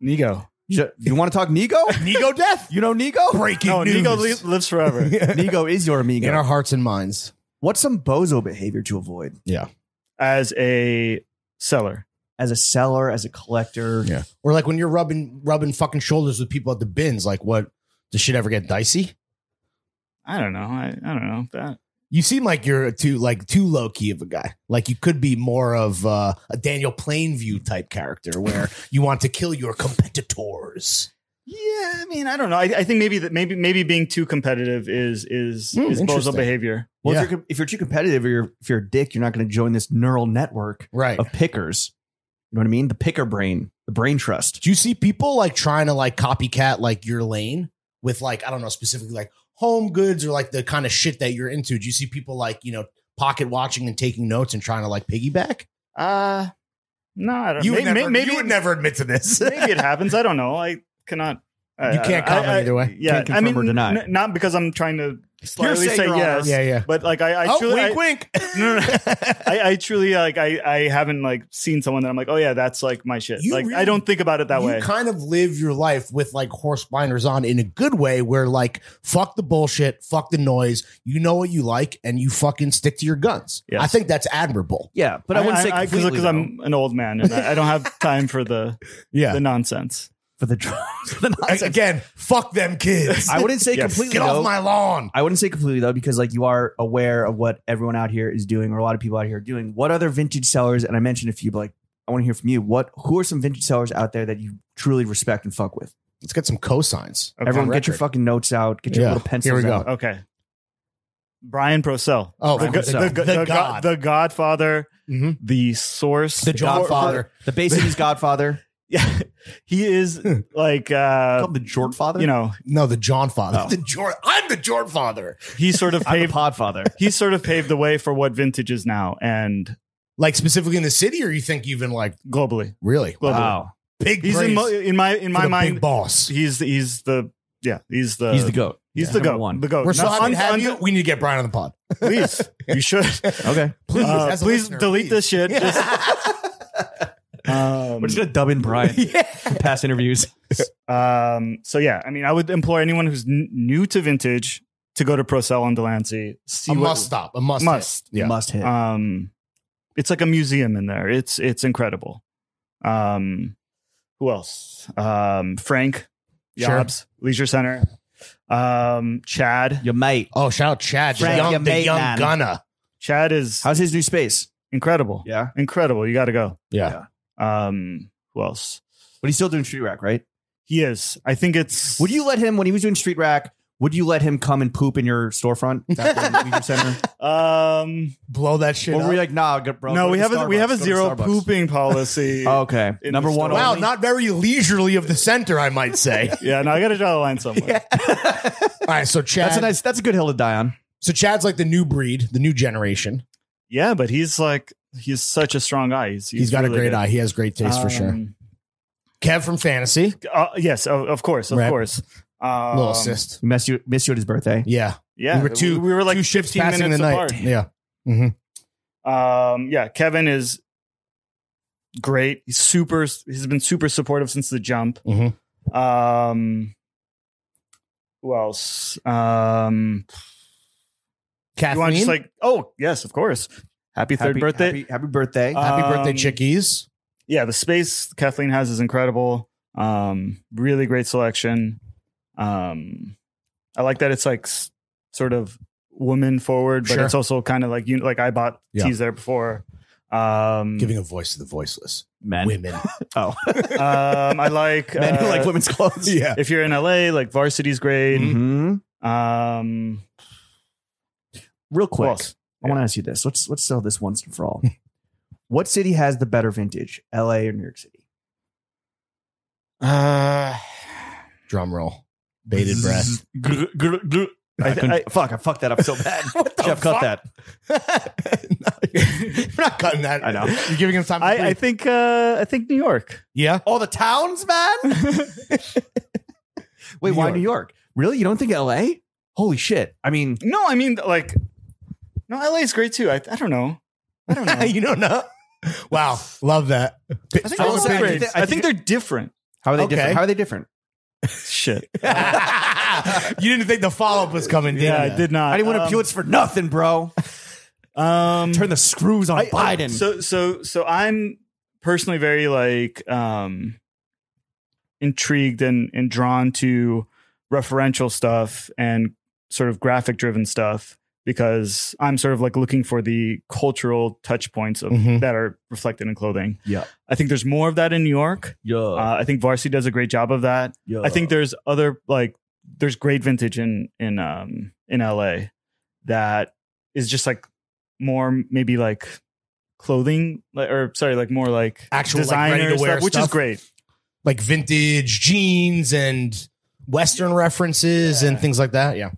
ego.
You, you want to talk Nego?
Nego death.
You know Nego?
Breaking
No,
news.
ego li- lives forever.
Nego is your amigo.
In our hearts and minds.
What's some bozo behavior to avoid
As a seller,
as a seller, as a collector?
Yeah. Or like when you're rubbing rubbing fucking shoulders with people at the bins, like what does shit ever get dicey?
I don't know. I, I don't know that.
You seem like you're too like too low key of a guy. Like you could be more of uh, a Daniel Plainview type character, where you want to kill your competitors.
Yeah, I mean, I don't know. I, I think maybe that maybe maybe being too competitive is is
Hmm,
is bozo
interesting.
behavior.
Well,
Yeah.
if, you're, if you're too competitive or you're, if you're a dick, you're not going to join this neural network
Right.
of pickers. You know what I mean? The picker brain, the brain trust.
Do you see people like trying to like copycat like your lane with like I don't know specifically like home goods or like the kind of shit that you're into? Do you see people like you know pocket watching and taking notes and trying to like piggyback?
Uh no, I don't. may- may-
you would
it-
Uh, never admit to this.
maybe it happens. I don't know. I cannot. I-
You can't
I-
comment
I-
either way.
Yeah,
Can't confirm
I mean,
or deny.
n- not because I'm trying to slightly
Hearsay,
say
Your
yes,
Honor.
yeah, yeah.
but like I, I
oh,
truly,
wink,
I,
wink.
No, no, I, I truly like I, I haven't like seen someone that I'm like, oh yeah, that's like my shit.
You
like
really-
I don't think about it that
you
way.
kind of live your life with like horse blinders on in a good way where like fuck the bullshit, fuck the noise. You know what you like and you fucking stick to your guns.
Yes.
I think that's admirable.
Yeah, but I, wouldn't say completely.
because I'm an old man and I, I don't have time for the
Yeah.
the nonsense.
though. for the drugs. for the nonsense.
Again, fuck them kids.
I wouldn't say
Yes.
completely.
Get
though.
off my lawn.
I wouldn't say completely though, because like you are aware of what everyone out here is doing, or a lot of people out here are doing. What other vintage sellers? And I mentioned a few, but like I want to hear from you. What who are some vintage sellers out there that you truly respect and fuck with?
Let's get some cosigns.
Okay.
Everyone,
record.
get your fucking notes out. Get your
Yeah.
little pencils.
Here we go.
out.
Okay, Brian Procell.
Oh,
Brian
the,
Purcell.
the, the,
go-
god.
the Godfather,
Mhm.
the source,
The John
For- for-
Father.
The Basics Godfather.
Yeah, he is like
Call
uh,
him the Jort Father.
you know
no, the John father.
Oh.
The Jor- I'm the Jordan father.
he sort of
I'm the
paved
Podfather.
he sort of paved the way for what vintage is now and
Like specifically in the city, or you think even like
globally.
really
Globally,
Wow,
big?
he's in,
praise
mo- in my in
for
my
the
mind.
big boss.
He's the, he's the yeah he's the
he's the goat.
he's
Yeah.
the
Number
goat
one.
the goat.
We're so
Now,
happy
un-
to have
un-
you. We need to get Brian on the pod.
Please, you should
Okay,
Please,
Uh,
as a
please
listener,
delete
please.
this shit. Just, um,
we're just gonna dub in Brian for past interviews.
um, so yeah, I mean, I would implore anyone who's n- new to vintage to go to Procell and Delancey. See
a
what
must stop. A must.
must.
Yeah.
Must hit.
Um, it's like a museum in there. It's it's incredible. Um, who else? Um, Frank,
Sure.
Jobs, Leisure Center, um, Chad.
Your mate.
Oh, shout out Chad,
Frank,
the
your
young, the
mate,
young
man.
gunna.
Chad is
How's his new space?
incredible.
Yeah,
Incredible. You got to go.
Yeah.
Um, who else?
but he's still doing street rack, right?
He is. I think it's.
Would you let him when he was doing street rack? Would you let him come and poop in your storefront? That leisure center?
Um,
Blow that shit
Or
up.
were you like, nah, good bro?
no,
go
we
to
have a, we
Starbucks,
have a
go to
zero
Starbucks. Oh,
pooping policy.
Okay,
in
number
the
one.
store.
wow,
only?
not very leisurely of the center, I might say.
Yeah, no, I got to draw the line somewhere.
All right, so Chad.
that's a nice. That's a good hill to die on.
so Chad's like the new breed, the new generation.
Yeah, but he's like he's such a strong eye. He's,
he's got
really
a great
good.
eye. He has great taste for sure.
Um,
Kev from Fantasy,
Uh, yes, of, of course, of
Right.
course. Um,
little assist.
We missed you. Missed you at his birthday.
Yeah,
Yeah,
We were two-
We were like
two shifts
15
passing the
minutes
night.
apart.
Yeah,
Um, yeah, Kevin is great. He's super. He's been super supportive since the jump.
Mhm.
Um, who else? Um, you want
caffeine.
to just like? Oh, yes, of course. Happy third
Happy-
birthday.
Happy, happy birthday.
Uh,
Happy birthday,
um,
chickies.
yeah, the space Kathleen has is incredible. Um, really great selection. Um, I like that it's like s- sort of woman forward, but
Sure.
it's also kind of like you like I bought
Yeah.
teas there before. Um,
Giving a voice to the voiceless.
Men.
Women.
Oh,
um, I like
men who
uh,
like women's clothes.
yeah.
If you're in LA, like Varsity's great.
Mhm.
Um,
Real
who
quick,
else?
I want to ask you this. Let's let's sell this once and for all. what city has the better vintage, L.A. or New York City?
Uh, drum roll. Bated breath.
I,
couldn't-
I- fuck, I fucked that up so bad. Jeff, cut that.
You're not cutting that.
I know.
You're giving him time. To
I, I
breathe.
think uh, I think New York.
yeah.
All the towns, man.
Wait,
New
why
York.
New York? Really? You don't think L.A.? Holy shit! I mean,
No, I mean like no, LA's great too. I, I don't know. I don't know. I
you don't know. Wow, love that.
think,
I
they're
was
all
saying-
great.
I think-
I think they're different.
how are they
Okay.
different? How are they different?
Shit.
you didn't think the follow up was coming, did
Yeah,
you?
I did not.
I didn't win
Um,
a Pulitzer for nothing, bro.
Um,
Turn the screws on
I-
Biden.
So so so I'm personally very like um intrigued and and drawn to referential stuff and sort of graphic driven stuff because I'm sort of like looking for the cultural touch points of
Mhm.
that are reflected in clothing.
Yeah.
I think there's more of that in New York.
Yeah,
Uh, I think Varsity does a great job of that.
yeah.
I think there's other like there's great vintage in in um in LA that is just like more maybe like clothing like, or sorry like more like
Actual, like,
designer
ready-to-wear
stuff, which is
stuff?
great.
Like vintage jeans and Western references and things like that. Yeah.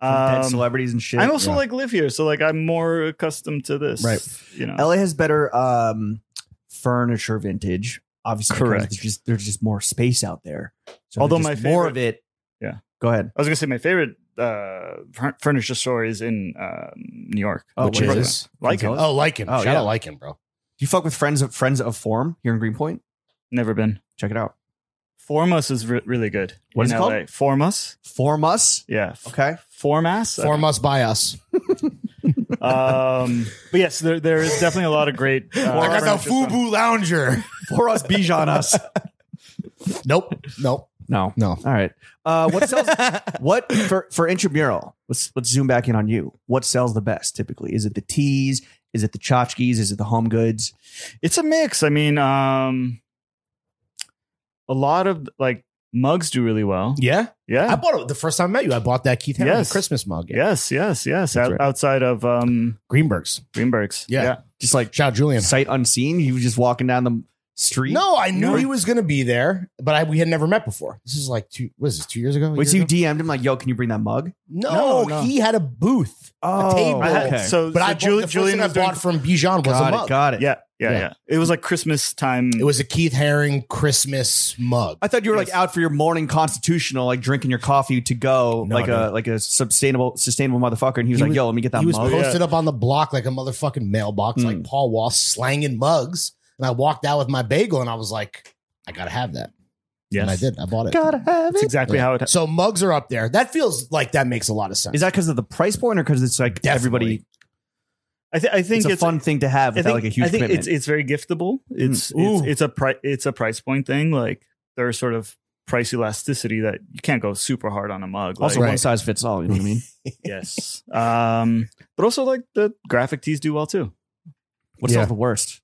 Dead
Um,
celebrities and shit.
I also
yeah.
like live here, so like I'm more accustomed to this,
Right.
You know,
LA has better um, furniture vintage, obviously. because
Correct.
There's just, there's just more space out there. So
Although
there's just
my
more of it.
Yeah.
Go ahead.
I was gonna say my favorite uh fur- furniture store is in um, New York,
Oh,
Which
wait,
is
wait.
is
like it.
Gonzales?
oh, Lycan.
Oh,
Shout
yeah.
out Lycan, bro.
Do you fuck with friends of friends of form here in Greenpoint?
Never been.
Check it out.
Formus is re- really good.
What
in
is it called?
LA. Formus,
Form us.
yeah.
Okay.
Formas, I
Form us by us.
um but yes there there is definitely a lot of great uh,
I got the
furniture stuff.
Fubu Lounger.
For us, Bijan us.
nope. Nope.
No.
No.
All right. Uh, what sells? what for for intramural? Let's let's zoom back in on you. What sells the best typically? Is it the teas? Is it the tchotchkes? Is it the home goods?
it's a mix i mean um a lot of like mugs do really well
Yeah. I
yeah
bought it the first time I met you. I bought that Keith Hammond
Yes.
Christmas mug.
yes yes yes
That's
Out-
right.
outside of um
Greenberg's.
greenberg's
Yeah.
Just like
Shout out Julian.
sight unseen. You just walking down the street.
No, I knew
No.
he was going to be there, but I, we had never met before. This is like two. What is this? Two years ago? A
Wait, so
year
you
ago?
DM'd him like, yo, can you bring that mug?
no,
No, no.
he had a booth, a table.
I had-
okay.
so
But I
so
bought,
Ju-
the
julian
Julian I
was doing-
bought from Bijan was a
Got it,
mug.
got it.
yeah, yeah
Yeah.
yeah it was like christmas time
It was a Keith Haring Christmas mug.
I thought you were like
Yes.
out for your morning constitutional, like drinking your coffee to go,
No,
like a
no.
like a sustainable sustainable motherfucker. And he was
He
like,
was-
"Yo, let me get that
he was
mug."
posted up on the block like a motherfucking mailbox,
Hmm.
like Paul Wall slanging mugs. And I walked out with my bagel, and I was like, I gotta have that. And I
yes
did. I bought it.
Gotta have
that's
it.
exactly
Yeah.
how it
So mugs are up there. That feels like that makes a lot of sense.
Is that because of the price point, or because it's like everybody?
i, th- I think
It's
it's,
a fun thing to have
I
without
think,
like a huge
I think
commitment.
it's it's very giftable. It's
Hmm. Ooh.
it's, it's a price it's a price point thing. Like there's sort of price elasticity that you can't go super hard on a mug. Like,
also,
Right.
one size fits all. You know what I mean?
yes. Um, but also like the graphic tees do well too.
What
Yeah.
sells the worst?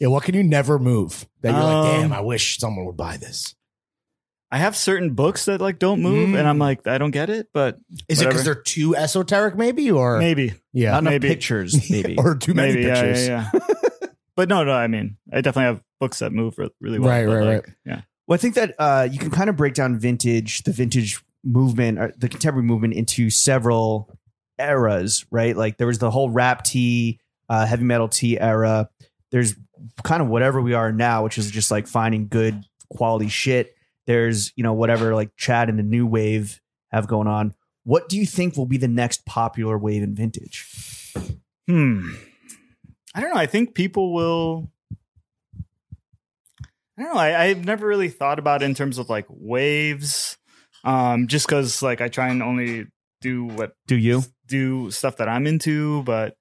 yeah, what can you never move? That you're like,
Um,
damn, I wish someone would buy this.
I have certain books that like don't move,
Mm.
and I'm like I don't get it, but
Is it
whatever.
because they're too esoteric, maybe, or
maybe
yeah,
Not enough
maybe.
pictures, maybe.
or too many
maybe yeah,
pictures?
yeah, yeah. but no, no. I mean, I definitely have books that move re- really well.
Right,
but,
right,
like,
right.
Yeah,
Well, I think that uh, you can kind of break down vintage, the vintage movement, or the contemporary movement into several eras, right? Like there was the whole rap tea, uh, heavy metal tea era. There's kind of whatever we are now, which is just like finding good quality shit. There's, you know, whatever like Chad and the new wave have going on. What do you think will be the next popular wave in vintage?
Hmm. I don't know. I think people will. I don't know. I, I've never really thought about it in terms of like waves, um, just because like I try and only do what
Do you?
do stuff that I'm into. But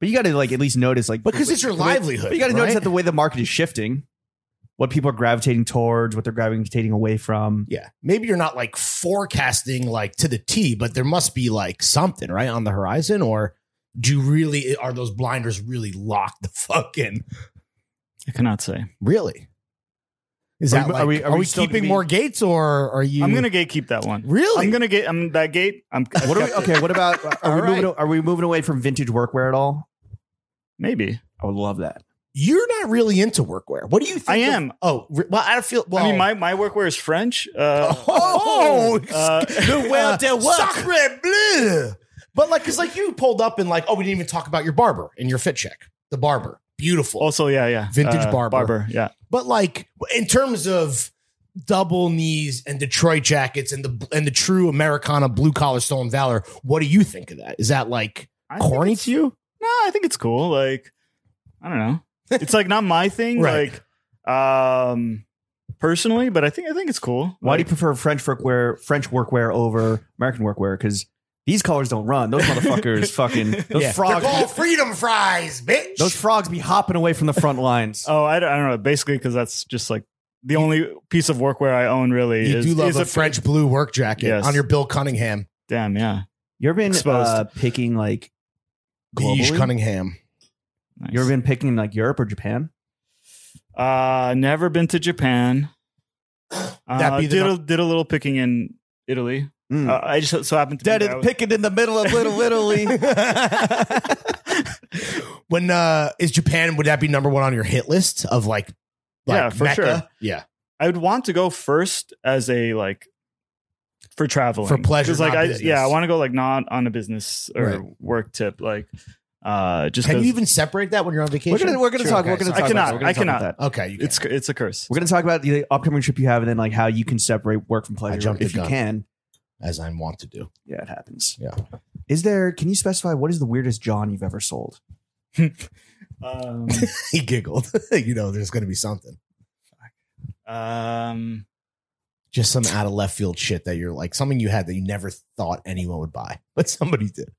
But you got to like at least notice, like,
Because it's your
the way-
livelihood,
But you got to notice
right?
that the way the market is shifting. what people are gravitating towards, what they're gravitating away from.
Yeah. Maybe you're not like forecasting like to the T, but there must be like something right on the horizon or do you really are those blinders really locked the fucking
I cannot say.
really? Is
Are
that
we-
like, are we, are we,
still gonna
keeping
be-
more gates or are you
I'm gonna gatekeep that one.
Really?
I'm gonna get. I'm that gate. I'm.
What are we, okay, what about are
All
we
right.
moving are we moving away from vintage workwear at all?
Maybe.
I would love that.
You're not really into workwear. What do you think?
I
of-
am.
oh, re- well, I don't feel well.
I mean, my my workwear is French. Uh,
Oh,
uh,
the well de what? Sacre bleu. But like, cause like you pulled up and like, oh, we didn't even talk about your barber and your fit check. The barber, beautiful.
also, yeah, yeah. uh,
Vintage barber.
Barber. Yeah.
But like, in terms of double knees and Detroit jackets and the and the true Americana blue collar stolen valor, what do you think of that? Is that like
I think
corny
it's-
to you?
No, I think it's cool. Like, I don't know. It's like not my thing.
Right.
Like, um, personally, but I think I think it's cool.
Why do you
Like,
prefer French workwear French workwear over American workwear? Because these colors don't run. Those motherfuckers fucking those
Yeah.
frogs
They're called freedom fries, bitch.
those frogs be hopping away from the front lines.
oh, I don't, I don't know. Basically, because that's just like the only piece of workwear I own. Really,
you
is,
do love
is
a French blue work jacket
Yes.
on your Bill Cunningham,
Damn. Yeah.
You ever been
Exposed.
uh, picking like
Beige
globally?
Cunningham.
Nice.
You ever been picking like Europe or Japan?
Uh, never been to Japan.
That'd
uh,
be the
did,
Hmm.
a, did a little picking in Italy.
Mm.
Uh, I just so happened to be there.
picking in the middle of Little Italy.
when uh is Japan would that be number one on your hit list of like, like
Yeah, for
Mecca?
sure.
Yeah.
I would want to go first as a like for traveling
For pleasure,
'Cause, Like
not
I
business.
yeah, I want to go like not on a business or
Right.
work tip. Like uh, just
Can
'cause
you even separate that when you're on vacation?
We're gonna we're gonna
Sure,
talk.
okay,
We're gonna
so-
talk.
I
about
cannot-
that. We're gonna
I
talk about
cannot.
that.
Okay, you can.
it's it's a curse.
We're gonna talk about the upcoming trip you have, and then like how you can separate work from pleasure
jumped the
if you
gun.
can.
as I want to do.
Yeah, it happens.
Yeah.
Is there? Can you specify what is the weirdest John you've ever sold?
Um,
He giggled. you know, there's gonna be something.
um,
Just some out of left field shit that you're like something you had that you never thought anyone would buy, but somebody did.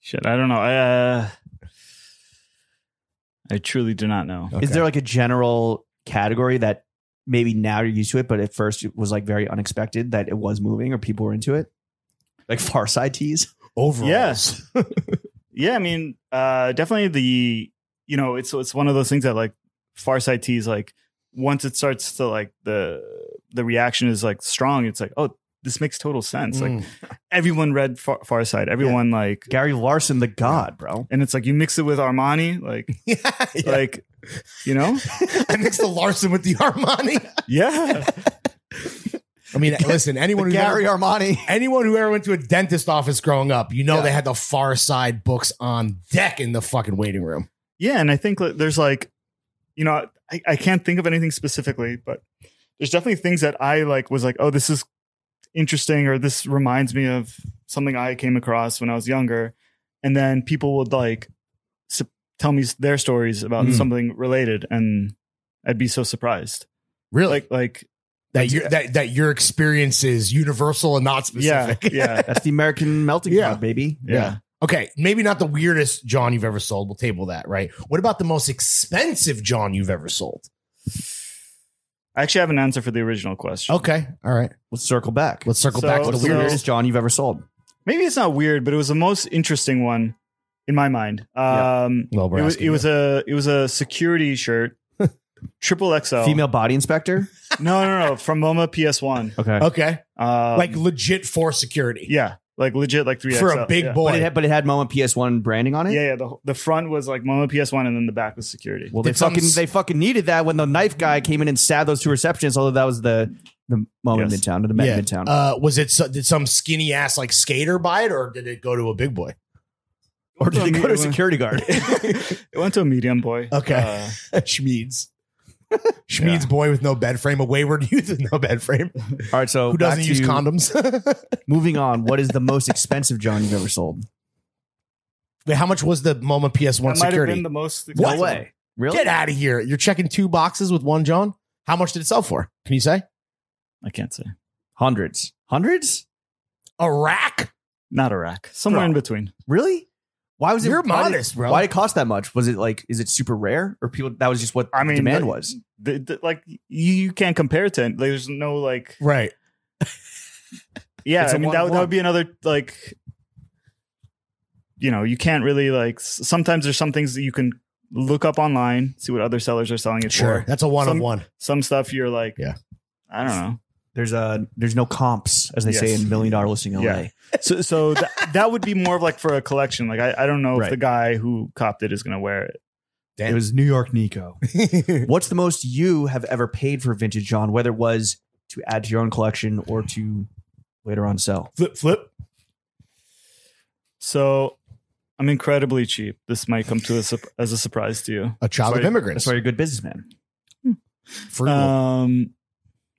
shit, I don't know. I uh, I truly do not know.
Okay.
Is there like a general category that maybe now you're used to it, but at first it was like very unexpected that it was moving or people were into it? Like far side tees.
overalls?
Yes. Yeah, I mean, uh, definitely the you know, it's it's one of those things that like Farsight tees like once it starts to like the the reaction is like strong. It's like oh, this makes total sense. Like
Mm.
everyone read Far, Farsight, everyone like,
Gary Larson, the god, bro.
and it's like you mix it with Armani, like
yeah, yeah.
like you know,
I mixed the Larson with the Armani.
yeah.
I mean, listen, anyone who's ever-
Gary Armani.
Anyone who ever went to a dentist office growing up, you know
Yeah.
they had the Far Side books on deck in the fucking waiting room.
Yeah, and I think that there's like, you know, I, I can't think of anything specifically, but there's definitely things that I like was like, oh, this is interesting, or this reminds me of something I came across when I was younger, and then people would like s- tell me s- their stories about
Mm.
something related, and I'd be so surprised.
Really,
Like, like,
that your that that your experience is universal and not
yeah,
specific.
yeah,
That's the American melting
Yeah.
pot, baby.
yeah.
Okay, maybe not the weirdest John you've ever sold. We'll table that, right? What about the most expensive John you've ever sold?
I actually have an answer for the original question.
Okay, all right.
Let's circle back.
Let's circle
So-
back to the
What's the
so-
weirdest.
weirdest John you've ever sold?
Maybe it's not weird, but it was the most interesting one in my mind.
Yeah.
Um,
Well, we're
it was,
asking
it was a it was a security shirt, triple XL.
Female body inspector.
No, no, no. From MoMA PS One.
Okay.
you. okay,
Um,
like legit for security
yeah, like legit, like three
for a big
yeah.
boy.
But it had, but it had MoMA PS1 branding on it.
Yeah, yeah. The, the front was like MoMA PS One, and then the back was security.
Well, they
Did some
fucking
s-
they fucking needed that when the knife guy came in and stabbed those two receptionists. Although that was the the moment
Yes.
midtown or the men
Yeah.
midtown.
Uh, was it so, did some skinny ass like skater buy it, or did it go to a big boy?
or did
it
they go to a
went-
security guard?
It went to a medium boy.
Okay.
Uh,
Schmeeds. Schmeeds boy with no bed frame, a wayward youth with no bed frame,
All right, so
who doesn't
back
use
to-
condoms.
Moving on, what is the most expensive John you've ever sold?
Wait, how much was the MoMA PS1
that might have
security?
been the most.
What?
No way, really?
Get out of here. You're checking two boxes with one John? How much did it sell for? Can you say?
I can't say.
Hundreds, hundreds,
A rack?
Not Iraq. Somewhere
Bro.
in between.
really? Why was it?
You're
why did-
modest, bro.
Why did it cost that much? Was it like? Is it super rare, or people? That was just what
I
the
mean,
demand
the-
was.
The, the- like you, you can't compare it to. Like, there's no like.
Right.
Yeah,
It's a
I mean that, would- that
one-on-one.
would be another like. You know, you can't really like. s- Sometimes there's some things that you can look up online, see what other sellers are selling it
Sure.
for.
That's a one
Some-
on one.
Some stuff you're like,
Yeah.
I don't know.
There's a there's no comps, as they say
Yes.
in Million Dollar Listing LA.
Yeah. So, so th- that would be more of like for a collection. Like, I, I don't know
Right.
if the guy who copped it is going to wear it.
It was New York Nico. What's the most you have ever paid for vintage John, whether it was to add to your own collection or to later on sell?
Flip, flip.
So, I'm incredibly cheap. This might come to a, sup- as a surprise to you.
A child
That's
of
why-
immigrants.
That's why you're a good businessman.
Frugal.
Uh,
Um,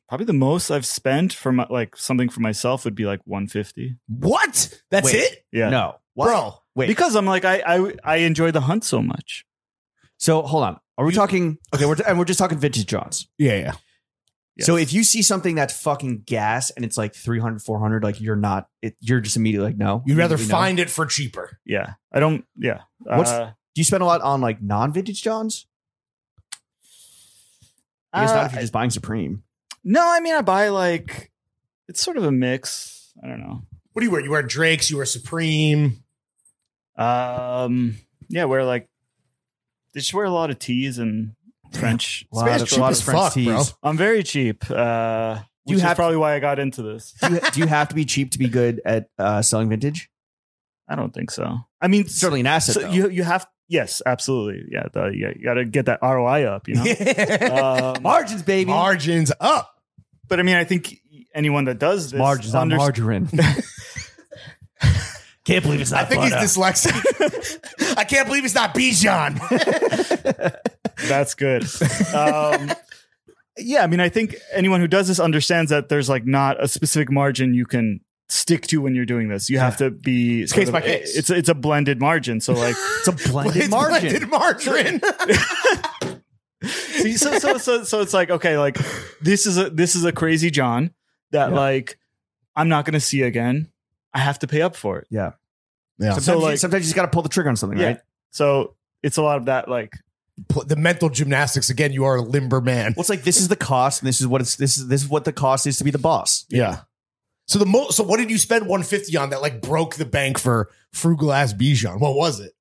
probably the most I've spent for my, like something for myself would be like 150.
what? That's
Wait.
it?
Yeah,
No. What?
Bro.
Wait.
because I'm like I, I I enjoy the hunt so much.
so hold on. Are we talking? Okay, we're and we're just talking vintage Johns.
Yeah, yeah.
Yes.
So if you see something that's fucking gas and it's like 300, 400, like you're not, it, you're just immediately like, no.
You'd rather
Immediately no.
find it for cheaper.
yeah, I don't. Yeah,
What's-
Uh,
Do you spend a lot on like non vintage Johns? I guess not if
uh,
you're just buying Supreme.
no, I mean I buy like it's sort of a mix. I don't know.
What do you wear? You wear Drake's, you wear Supreme.
Um, yeah, wear like they just wear a lot of tees and French.
A lot
Spanish
of, a lot
cheap
of
as
French
fuck, bro.
tees.
I'm very cheap. Uh,
Do you
which is
have-
probably why I got into this.
do, you, do you have to be cheap to be good at uh, selling vintage?
I don't think so. I mean,
It's certainly an asset.
so
though.
you you have yes, absolutely. Yeah, the, yeah you got to get that ROI up, you know. um,
margins, baby.
Margins up.
but I mean, I think anyone that does this under-
margarine. Can't believe it's
I think he's dyslexic. I can't believe it's not Bijan.
That's good. Um, yeah, I mean, I think anyone who does this understands that there's like not a specific margin you can stick to when you're doing this. You have to be sort
case by case.
It's it's a blended margin. So like
it's a blended
It's
margin.
blended margarine.
so, so so so so it's like okay, like this is a this is a crazy John that like I'm not going to see again. I have to pay up for it.
yeah.
Sometimes,
So,
you-
like-
sometimes you just got to pull the trigger on something,
Yeah.
right?
So it's a lot of that like
The mental gymnastics again. You are a limber man.
Well, it's like this is the cost, and this is what it's this is this is what the cost is to be the boss.
Yeah. So the most. So what did you spend 150 on that like broke the bank for frugal ass Bijan? What was it?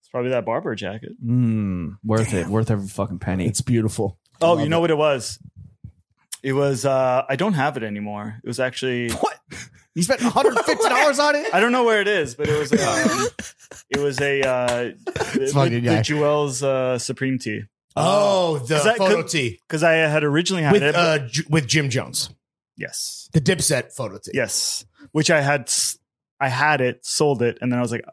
it's probably that barber jacket.
Mm, worth it, worth every fucking penny.
beautiful.
Oh,
love
you know what it was? It was uh I don't have it anymore. It was actually
What? You spent one hundred fifty dollars on it?
I don't know where it is, but it was um, it was a uh the,
fucking
the,
guy.
the Jewel's uh Supreme Tea.
Oh, the
Is that
photo
good-
tee
Because I had originally had
with
it.
uh, J- with Jim Jones,
yes.
the Dipset photo tee.
Yes. Which I had s- I had it, sold it, and then I was like,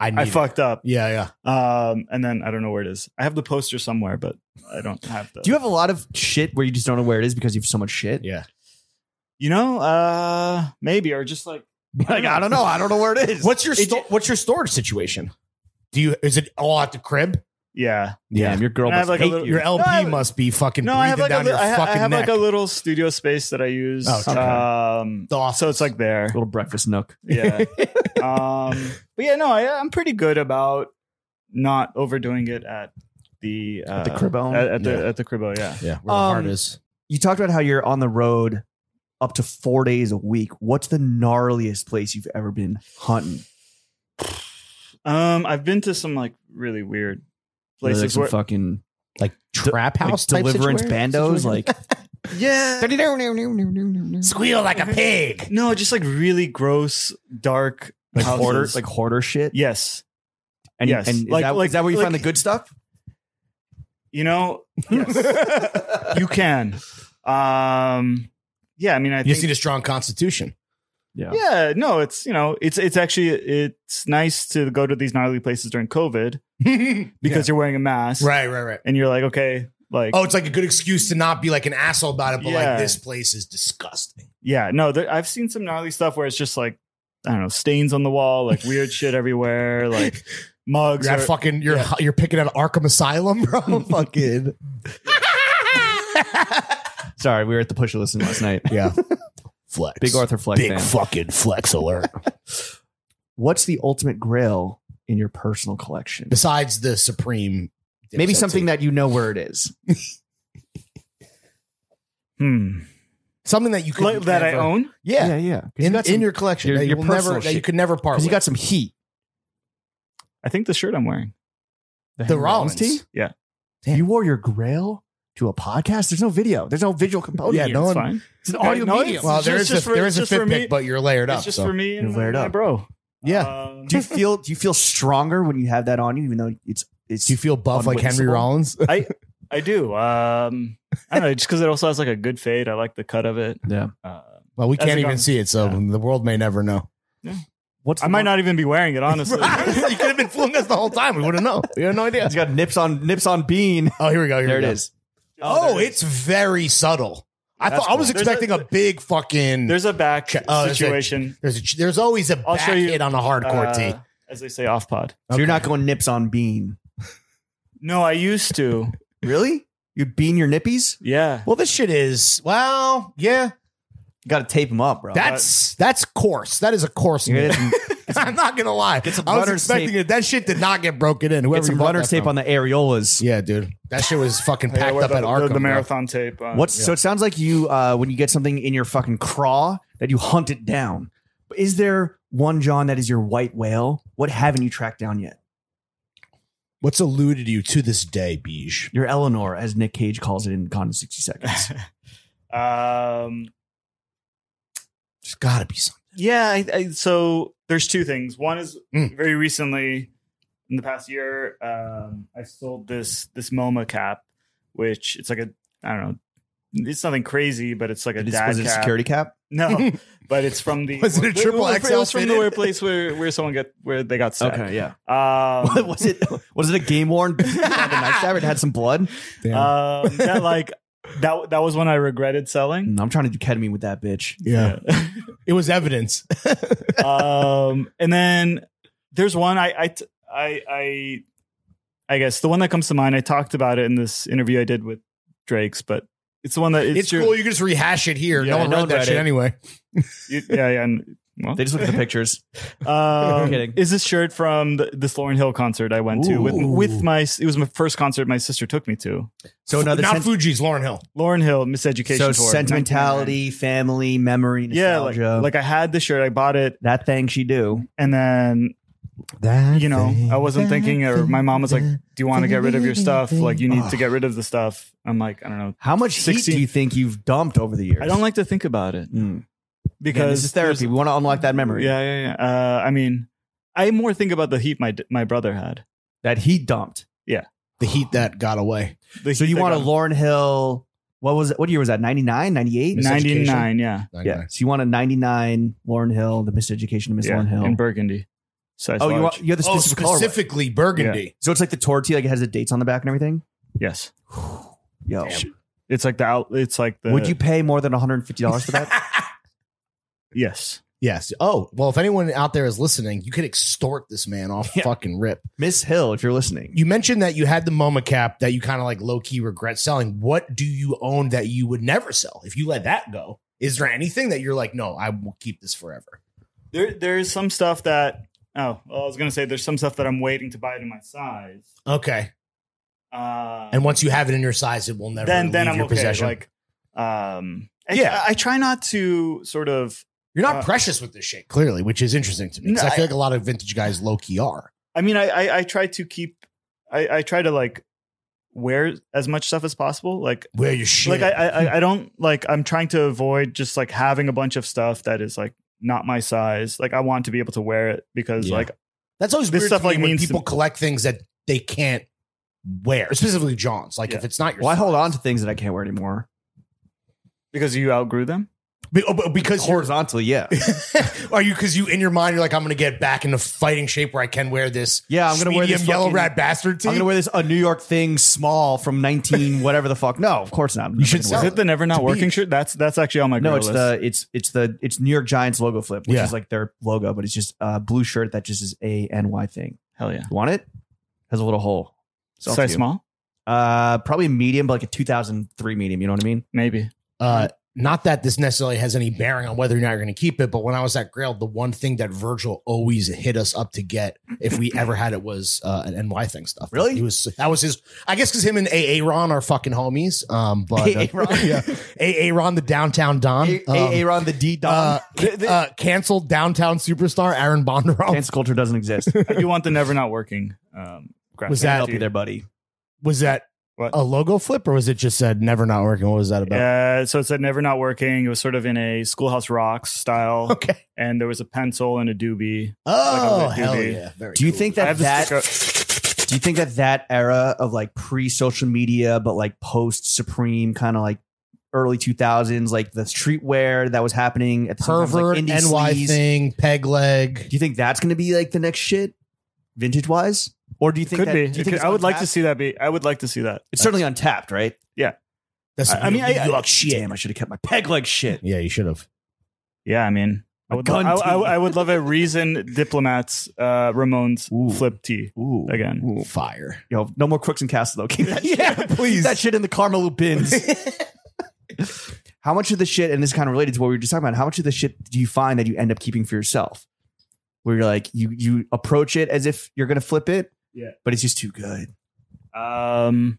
I need
I
it.
fucked up.
Yeah, yeah.
Um and then I don't know where it is. I have the poster somewhere, but I don't have the
Do you have a lot of shit where you just don't know where it is because you have so much shit?
Yeah.
you know, uh maybe or just like
Like I don't know, I don't know where it is.
What's your
It-
sto- what's your storage situation? Do you is it all at the crib?
yeah.
Damn, your girl
And I have
must
like a
hate
little-
you.
Your LP
No, I have-
must be fucking
No,
breathing
I have like a
down
li-
your
I ha-
fucking
I have
neck.
like a little studio space that I use.
Oh, okay.
um,
The office.
so it's like there.
little breakfast nook.
Yeah. um, but yeah, no, I, I'm pretty good about not overdoing it at the uh,
the cribbo?
At, at the
Yeah.
at the cribbo, yeah.
yeah,
the heart
is.
you talked about how you're on the road up to four days a week. What's the gnarliest place you've ever been hunting?
Um, I've been to some like really weird
Like
places
some
where
fucking
Like trap
like,
house type
deliverance
situation?
bandos, like
yeah,
squeal like a pig.
no, just like really gross, dark
like
houses.
hoarder, like hoarder shit.
yes,
and,
yes.
and is,
Like-
that,
like-
is that where you
like-
find the good stuff?
you know, yes, you can. Um, yeah, I mean, I
You
think
just need a strong constitution.
Yeah, no, it's you know, it's it's actually it's nice to go to these gnarly places during COVID
right,
because you're wearing a mask,
right, right.
And you're like, okay, like,
Oh, it's like a good excuse to not be like an asshole about it, but like
Yeah.
this place is disgusting.
yeah, no, there, I've seen some gnarly stuff where it's just like, I don't know, stains on the wall, like weird shit everywhere, like mugs.
You're at
are-
fucking you're you're picking out Arkham Asylum, bro. fucking
Sorry, we were at the push listen last night.
yeah. Flex.
Big Arthur Fleck
Big
fan.
fucking flex alert.
What's the ultimate grail in your personal collection?
Besides the Supreme,
Maybe
Dipset
something
tape.
that you know where it is.
Hmm.
something that you could
Like, that I
never-
own.
Yeah,
yeah. 'Cause you
in,
got
in
some-
your collection
your-
that you
your
will
personal
never that you
shit.
could never part.
because you
with.
got some heat.
I think the shirt I'm wearing.
the
Henry
Rollins
team?
Yeah.
Damn.
You wore your grail to a podcast. There's no video. There's no visual component.
Oh, Yeah,
here.
no
It's
one-
fine.
It's an audio
no,
medium.
Well,
It's
there
just-
is a,
just for-
there is a
just for
fit
me-
pick, but you're layered
It's
up.
just
So
for me and
You're layered
my
up.
bro.
Yeah.
Um,
do you feel do you feel stronger when you have that on you? Even though it's it's
do you feel buff like Henry
Unwitnessable.
Rollins?
I do. Um, I don't know, just because it also has like a good fade. I like the cut of it.
Yeah.
Uh,
Well, we
That's
can't
a
even
gun.
see it, so
Yeah.
the world may never know.
what's
I
the
might
one-
not even be wearing it, honestly.
you could have been fooling us the whole time. We would have known. We had no idea.
It's got nips on nips on bean.
Oh, here we go. Here
There
we
it
go.
is.
Oh,
there it
it's very subtle. I
That's
thought I was
cool. There's
expecting a,
a-
big fucking. There's
There's a back
Check- oh, that's it.
situation.
a, there's always a
I'll
back
show you,
hit on a hardcore
uh,
tee.
as they say, off pod.
So you're not going nips on bean.
No, I used to.
Really? You bean your nippies?
Yeah.
Well, this shit is. Well, yeah.
You got to tape them up, bro.
That's that's coarse. That is a coarse.
You're gonna
nip.
get some,
I'm not gonna lie.
some
I was
runner's
expecting
tape.
it. That shit did not get broken in. Whoever
get some
you bought
runner's
that
tape
from.
on the areolas.
Yeah, dude. That shit was fucking
Yeah, I
packed
wear
up
the,
at
the-
Arkham.
the
bro.
marathon tape. uh,
What's
Yeah.
so? It sounds like you uh, when you get something in your fucking craw that you hunt it down. But Is there one John that is your white whale? What haven't you tracked down yet?
What's eluded you to this day, Beige?
Your Eleanor, as Nick Cage calls it in Gone in sixty seconds.
um,
There's gotta be something.
yeah. I, I, so there's two things. One is
Mm.
very recently, in the past year, um, I sold this this MoMA cap, which it's like a I don't know. It's nothing crazy, but it's like a
It is-
dad
was it a
cap.
security cap?
No, but it's from the
Was it a
Wait,
triple
wait, wait, It was
XL
from the
fitted?
where place where where someone got where they got stabbed.
Okay, yeah.
Um,
was it was it a game worn knife stab? It had some blood.
Damn.
Uh,
um, that like that that was when I regretted selling.
Mm, I'm trying to do ketamine with that bitch.
yeah. It was evidence.
um, and then there's one I I t- I I I guess the one that comes to mind. I talked about it in this interview I did with Drake's, but it's the one that it's,
It's,
your-
cool. You can just rehash it here.
Yeah,
no one
no
read
one
that
read
shit
it.
anyway.
you- yeah, yeah. And, well,
They just look at the pictures.
um,
Kidding.
is this shirt from the, this Lauren Hill concert I went to with
Ooh.
with my? It was my first concert my sister took me to.
So another
Not
sen-
Fuji's, Lauren Hill.
Lauren Hill, Miseducation.
so
Tour,
sentimentality, family, memory,
1999. Yeah, like,
nostalgia.
like I had the shirt, I bought it,
that thing she do.
and then
That
you know, I wasn't thinking, or my mom was like, "Do you want to get rid of your stuff? Like, you need to get rid of the stuff." I'm like, I don't know.
How much heat
16
do you think you've dumped over the years?
I don't like to think about it
Mm.
because
Man, this is therapy.
there's-
We want to unlock that memory.
Yeah, yeah, yeah. Uh, I mean, I more think about the heat my d- my brother had.
That heat dumped.
the heat that got away.
The
So
heat
you
that
want a
got-
Lauren Hill. What was it? What year was that? 99, 98?
Miss-
ninety nine? Yeah,
Yeah. So you want a 99 Lauren Hill, the miseducation of Miss
yeah,
Lauren Hill.
in Burgundy. Size
oh, you
large.
want, you have the
Oh,
specific, colorway.
specifically burgundy.
So it's like the tortilla, like it has the dates on the back and everything.
yes,
Yo,
it's like the out. It's like the.
would you pay more than one hundred and fifty dollars for that?
Yes,
Yes. Oh, well, if anyone out there is listening, you could extort this man off fucking rip.
Miss Hill, if you're listening,
You mentioned that you had the MoMA cap that you kind of like low key regret selling. What do you own that you would never sell if you let that go? Is there anything that you're like, no, I will keep this forever?
there there's some stuff that. Oh, well, I was gonna say there's some stuff that I'm waiting to buy to my size.
Okay.
Uh,
And once you have it in your size, it will never
then
leave
then I'm
your
okay.
possession.
Like, um, I-
Yeah.
I, I try not to sort of.
you're not
uh,
precious with this shit, clearly, which is interesting to me because
No,
I feel
I-
like a lot of vintage guys low key are.
I mean, I I, I try to keep. I, I try to like wear as much stuff as possible. Like
Wear your shit.
like I, I I- I don't like. I'm trying to avoid just like having a bunch of stuff that is like not my size. Like I want to be able to wear it because
Yeah.
like
That's always
this
weird
stuff,
to me
like,
when
means to-
people collect things that they can't wear, specifically John's. Like
Yeah.
if it's not your
well, I
size.
hold on to things that I can't wear anymore
because you outgrew them.
Be- oh, but because you're
horizontally. Yeah,
Are you because you in your mind you're like I'm gonna get back into fighting shape where I can wear this?
Yeah, I'm gonna wear
medium
this
yellow
fucking-
rat bastard tee.
I'm gonna wear this a New York thing small from nineteen whatever the fuck. No, of course not. I'm never
should
gonna
sell
Is
wear
it the never not
to
working
beach.
shirt? That's that's actually on my
it. No,
grill
it's
list.
the it's it's the it's New York Giants logo flip, which
Yeah.
is like their logo, but it's just a blue shirt that just is a NY thing.
hell yeah.
You want it? Has a little hole. It's up to
Size
you.
small,
Uh, probably a medium, but like a 2003 medium. You know what I mean?
maybe.
uh, not that this necessarily has any bearing on whether or not you're going to keep it, but when I was at Grail, the one thing that Virgil always hit us up to get, if we ever had it, was uh, an NY thing stuff.
Really?
He was that was his. I guess because him and AA Ron are fucking homies. Um, but uh,
Ron.
yeah, AA Ron, the downtown Don, um,
Aaron the D
uh,
Don.
uh, canceled downtown superstar Aaron Bondurant.
Cancel culture doesn't exist.
I do want the never not working. Um, graphic
Was that-
novel.
Help you there, buddy.
Was that
What?
a logo flip, or was it just said never not working? What was that about?
Uh, so it said never not working. It was sort of in a Schoolhouse Rocks style,
Okay.
and there was a pencil and a doobie.
Oh
Like a
hell
doobie.
yeah! Very
Do you
cool.
think
I
that
have this
that
disco-
do you think that that era of like pre social media but like post Supreme kind of like early 2000s like the streetwear that was happening at the same time, like,
pervert
indie
NY
sleaze,
thing, peg leg?
Do you think that's going to be like the next shit, vintage wise? Or do you think
could
that,
be.
Do
It
you
could-
think it's
I would like
untapped?
to see that be. I would like to see that.
It's certainly untapped, right?
That's
I- I mean, I-
York shit.
Damn, I should have kept my peg leg shit.
Yeah, you should have.
Yeah, I mean, I
A
would,
gun
lo- I,
team.
I- I would love a reason diplomats uh, Ramon's
Ooh.
flip tea
Ooh,
again.
Fire.
yo, no more crooks and castle though. Keep that,
Yeah, please.
that shit in the Carmelo bins. how much of the shit, and this is kind of related to what we were just talking about, how much of the shit do you find that you end up keeping for yourself? Where you're like, you you approach it as if you're gonna flip it,
Yeah.
but it's just too good.
Um,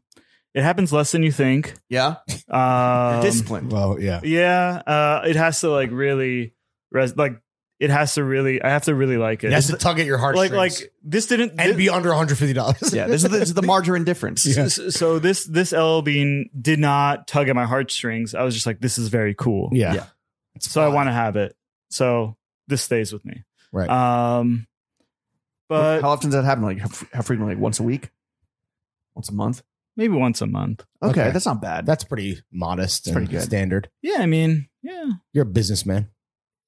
it happens less than you think.
Yeah,
Um,
disciplined.
Well, yeah.
Yeah, uh, it has to like really, res- like it has to really. I have to really like it.
It has to tug at your
like
heartstrings.
like this didn't
and be under $150.
yeah, this is the, this is the margarine difference.
Yeah.
S- so this this L bean did not tug at my heartstrings. I was just like, this is very cool.
yeah.
Yeah.
So I want to have it. So this stays with me.
Right.
Um. But
how often does that happen? Like how, how frequently? Like once a week, once a month.
maybe once a month.
Okay,
Okay.
that's not bad.
That's pretty modest
It's
and
pretty good.
standard.
Yeah, I mean, yeah.
You're a businessman.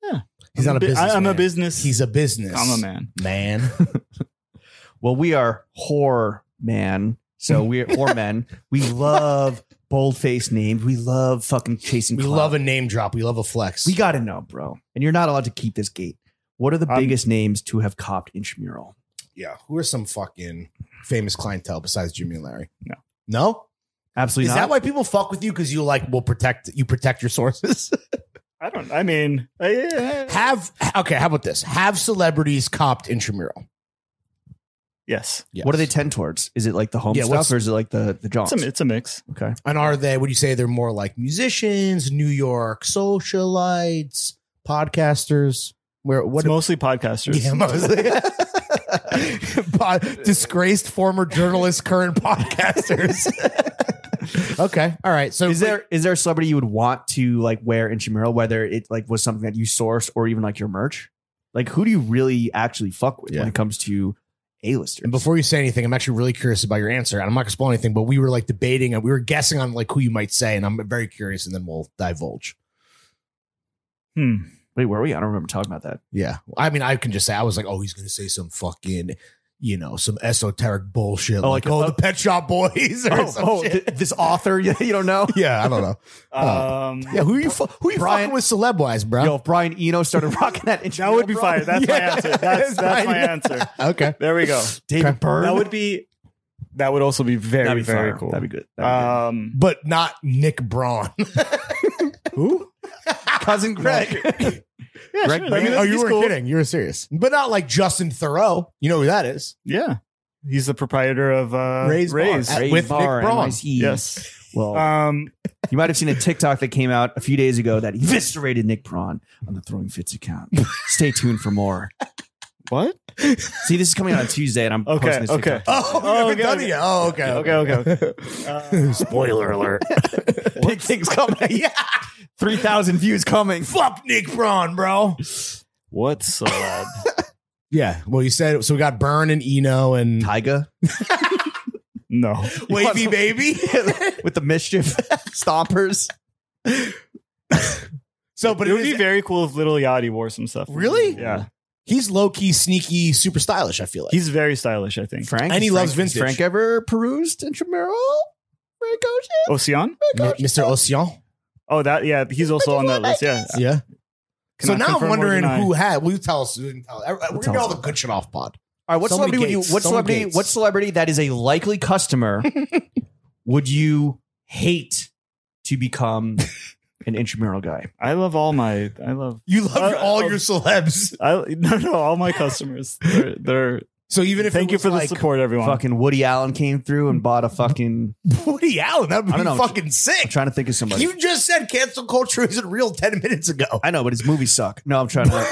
Yeah.
He's not a
bu- I-
business.
I'm a
man.
business.
He's a business.
I'm a man.
Man.
well, we are horror man, so we're horror men. We love bold face names. We love fucking chasing.
we
clout.
love a name drop. We love a flex.
We got to know, bro. And you're not allowed to keep this gate. What are the
I'm-
biggest names to have copped intramural?
yeah. Who are some fucking famous clientele besides Jimmy and Larry?
No.
No?
Absolutely
Is
not.
that why people fuck with you? Because you like will protect you protect your sources.
I don't. I mean, I, yeah.
have okay. How about this? Have celebrities copped intramural?
yes.
Yes.
What do they tend towards? Is it like the home
Yeah,
stuff
what's-
or is it like the the Johns?
It's a, it's a mix.
okay,
And are they? Would you say they're more like musicians, New York socialites, podcasters? Where
It's
what?
mostly podcasters.
Yeah, mostly. Pod- disgraced former journalists, current podcasters. okay, all right. So
is there is there a celebrity you would want to like wear intramural, whether it like was something that you sourced or even like your merch? Like, who do you really actually fuck with
Yeah.
when it comes to A-listers?
And before you say anything, I'm actually really curious about your answer. And I'm not gonna spoil anything, but we were like debating and we were guessing on like who you might say, and I'm very curious, and then we'll divulge.
Hmm.
Wait, where are we? I don't remember talking about that.
Yeah. I mean, I can just say I was like, oh, he's gonna say some fucking, you know, some esoteric bullshit.
Oh,
like,
like,
oh,
uh,
the pet shop boys or some shit.
Oh, this author you, don't know?
Yeah, I don't know.
Um.
Yeah, who you fu- who you
Brian-
fucking with celeb wise, bro?
Yo, if Brian Eno started rocking that
That
intramural,
would be
bro,
fire. That's my
Yeah.
answer. That's
It's
that's
fine.
my answer.
okay.
There we go.
David Byrne.
That would be. That would also be very
That'd be
very
fire.
cool.
That'd be good. That'd
Um.
But not Nick Braun. who?
be good. Cousin Greg.
Yeah.
Greg
sure. I
I
mean,
mean, oh, you
he's
were
cool.
kidding. You were serious. But not like Justin Thoreau. You know who that is.
Yeah. He's the proprietor of uh,
Ray's Bar.
Ray's.
At- with Nick Braun.
Yes.
Well,
Um.
you might have seen a TikTok that came out a few days ago that eviscerated Nick Braun on the Throwing Fits account. Stay tuned for more.
What?
See, this is coming out on Tuesday, and I'm
Okay,
posting this
okay.
TikTok.
Oh, we
Oh,
haven't
okay,
done
okay.
it yet. Oh, okay.
Okay. Okay. okay. Uh,
Spoiler alert.
Big things coming.
yeah.
Three thousand views coming.
Fuck Nick Braun, bro.
what celeb?
Yeah. Well, you said so. We got Burn and Eno and
Tyga
no.
Wavy Baby.
with the mischief stompers.
so, but
it would be
very-
very cool if Little Yachty wore some stuff.
Really?
Yeah.
he's low key, sneaky, super stylish. I feel like
He's very stylish, I think.
Frank
And he
Is
loves
Frank, has
vintage.
Frank ever perused intramural? Frank Ocean?
Ocean?
M- Mr. Ocean.
Oh, that yeah. He's also on that list. Yeah.
Yeah. so
Cannot
now
confirm
I'm
or
wondering
deny.
who had. Will you tell us? Will you tell- I- I- We're
tell
gonna get all
us.
the good shit off pod.
All right, what
So many
celebrity would
gates,
you? What
so many
celebrity?
gates.
What celebrity that is a likely customer would you hate to become an intramural guy.
I love all my. I love.
You love
Uh,
your- all
uh,
your celebs.
I no no all my customers. They're. they're
So even if
thank
it
you
was
for
like
the support, everyone.
Fucking Woody Allen came through and bought a fucking.
Woody Allen, that would
I
be
don't know.
fucking
I'm
sick.
trying to think of somebody.
You just said cancel culture isn't real ten minutes ago.
I know, but his movies suck. No, I'm trying to.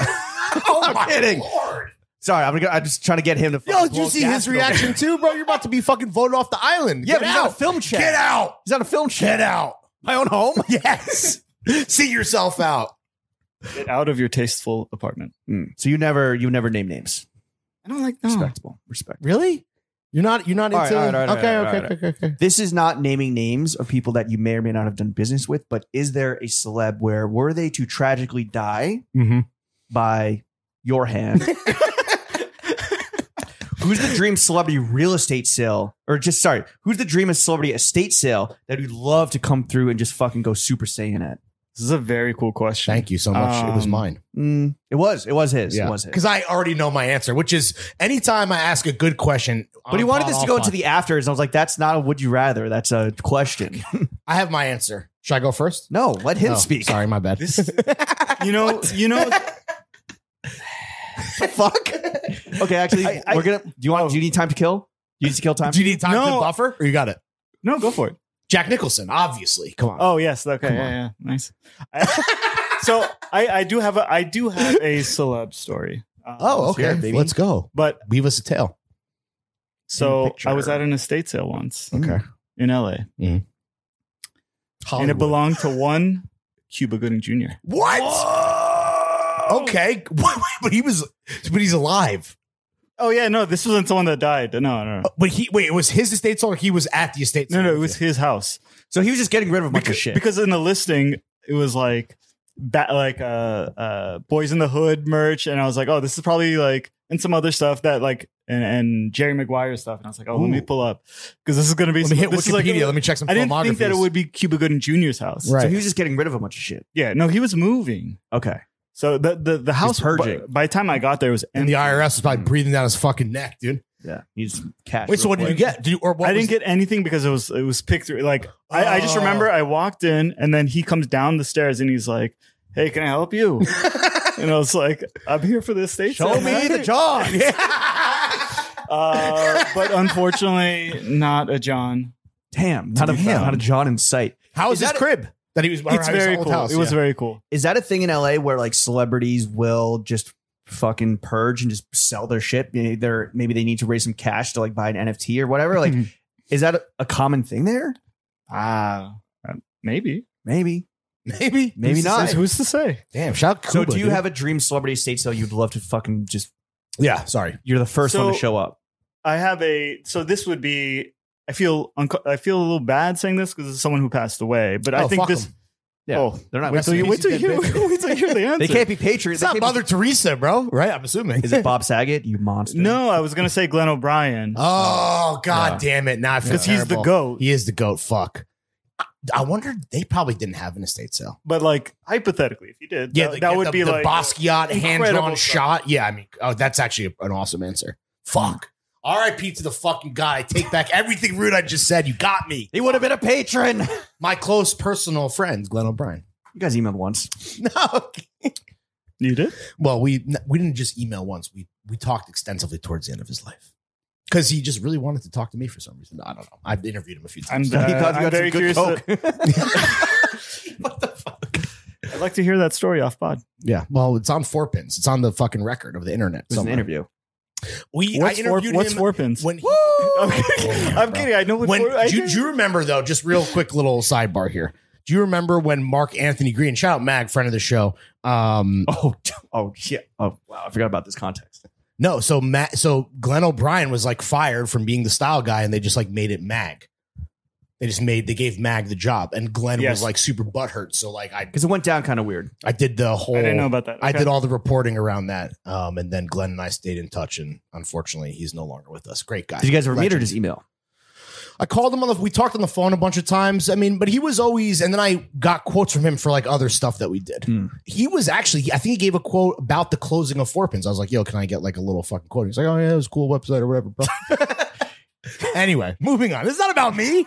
oh I'm
kidding.
Lord.
sorry, I'm, gonna- I'm just trying to get him to.
Yo,
fucking
did you
blow
see his
gasket over
reaction
here.
too, bro? You're about to be fucking voted off the island.
Yeah,
Get
but he's on
out.
a film chat.
Get out.
He's on a film
Get
chat.
out.
My own home.
Yes. see yourself out.
Get out of your tasteful apartment.
Mm. So you never, you never name names.
I don't
Oh.
like
Respectable, respect.
Really? You're not. You're not
All right,
into.
all right, all right,
okay,
all right,
okay,
all right.
okay, okay, okay.
This is not naming names of people that you may or may not have done business with, but is there a celeb where were they to tragically die by your hand? who's the dream celebrity real estate sale, or just sorry, who's the dream of celebrity estate sale that you'd love to come through and just fucking go super saiyan at?
This is a very cool question.
Thank you so much. it was
Um,
mine.
Mm, it was, it was his,
Yeah.
it was his.
Because I already know my answer, which is anytime I ask a good question.
But he
I'm
wanted
caught
this to
off
go into
on-
the afters. and I was like, that's not a would you rather. That's a question.
I have my answer. Should I go first?
No, let him
Oh,
speak.
Sorry, my bad.
This, you know, you know,
Fuck. Okay, actually,
I- I-
we're gonna. Do you want? Do you need time to kill? Do you need to kill time?
Do you need time
No.
to buffer? Or you got it.
no, go for it.
Jack Nicholson, obviously. Come on.
Oh yes, okay,
Come
yeah,
on.
yeah, nice. I- so I, I do have a, I do have a celeb story. Um,
Oh,
Let's hear
okay.
it, baby.
Let's go.
But
Leave us a tale.
so
picture.
I was at an estate sale once
Okay.
in LA, and it belonged to one Cuba Gooding Jr.
What? Okay. Wait, wait, but he was, but he's alive.
Oh yeah, no, this wasn't someone that died. No, no, no,
Uh, But he, wait, it was his estate sale or he was at the estate
no,
sale?
no. It was his house
so he was just getting rid of a bunch
because,
of shit.
because in the listing it was like ba- like uh, uh, Boys in the Hood merch, and I was like, oh, this is probably like and some other stuff that like and, and Jerry Maguire stuff, and I was like, oh, let me
Ooh.
pull up because this is gonna be
Let me hit
this is like-
Wikipedia. Let me check some
I didn't think that it
filmographies.
would be Cuba Gooding Jr.'s house.
Right.
So he was just getting rid of a bunch of shit.
Yeah. No, he was moving.
Okay.
So the the, the house
purging.
By, by the time I got there, it was
And
empty.
the IRS was probably breathing down his fucking neck, dude.
Yeah. He's cash.
Wait, so
real
what did you
quick.
get? Did you, or what
I didn't
was-
get anything because it was it was picked through. Like I, I just
Oh.
remember I walked in and then he comes down the stairs and he's like, "Hey, can I help you?" and I was like, "I'm here for this station."
Show me the John.
Uh, but unfortunately, not a John.
Damn. Not a
Damn.
not a John in sight.
How is
Is
his
that a-
crib that he was? or
it's
his
very
old
cool.
house,
it was
yeah.
very cool.
Is that a thing in LA where like celebrities will just fucking purge and just sell their shit? Maybe they're maybe they need to raise some cash to like buy an NFT or whatever. Like, is that a, a common thing there?
Ah, uh, maybe
Maybe.
maybe.
Maybe
Who's to
not.
say- Who's to say?
Damn, shout out
So
Cuba,
do you
dude.
have a dream celebrity estate sale you'd love to fucking just
Yeah, sorry.
you're the first one to
So-
show up?
I have a so this would be I feel unco- I feel a little bad saying this because it's someone who passed away, but I
Oh,
think
fuck
this.
him.
Yeah.
Oh,
They're not
wait till you wait till you
messing
hear
with these
wait till you hear the answer.
They can't be patriots.
It's
They
not
can't be-
Mother Teresa, bro. Right? I'm assuming.
Is it Bob Saget? You monster.
No, I was gonna say Glenn O'Brien.
Oh god
Yeah.
damn it! Not
Because he's the goat.
He is the goat. Fuck. I- I wonder they probably didn't have an estate sale.
But like hypothetically, if he did,
Yeah,
that,
the-
that
the-
would
the,
be
the
like
Basquiat hand drawn
incredible stuff.
shot. Yeah, I mean, oh, that's actually an awesome answer. Fuck. R.I.P. to the fucking guy. I take back everything rude I just said. You got me.
He would have been a patron. You
My close personal friend, Glenn O'Brien.
guys emailed once.
No,
you did.
Well, we we didn't just email once. We we talked extensively towards the end of his life because he just really wanted to talk to me for some reason. I don't know. I've interviewed him a few
I'm,
times.
uh,
he thought you
I'm
got
very
some good
curious. to-
coke.
what the fuck?
I'd like to hear that story off pod.
Yeah. Well, it's on four pins. It's on the fucking record of the internet.
It was an
somewhere.
interview.
We
What's
I
four?
interviewed
What's
him
four pins?
when. He,
Okay. I'm kidding. I know what
when
four, I
do,
do-
do you remember though? Just real quick, little sidebar here. Do you remember when Mark Anthony Green? Shout out Mag, friend of the show. Um,
Oh, oh yeah. Oh wow, I forgot about this context.
No, so Matt, so Glenn O'Brien was like fired from being the style guy, and they just like made it Mag. They just made they gave Mag the job, and Glenn
Yes.
was like super butthurt. So like I
Because it went down kind of weird.
I did the whole
I didn't know about that.
I
Okay.
did all the reporting around that, um, and then Glenn and I stayed in touch, and unfortunately he's no longer with us. Great guy.
Did you guys ever meet or
Legend.
just email?
I called him on the we talked on the phone a bunch of times. I mean, but he was always and then I got quotes from him for like other stuff that we did.
Hmm.
He was actually I think he gave a quote about the closing of four pins. I was like, yo, can I get like a little fucking quote? He's like, Oh yeah, it was a cool website or whatever, bro. anyway, moving on. It's not about me.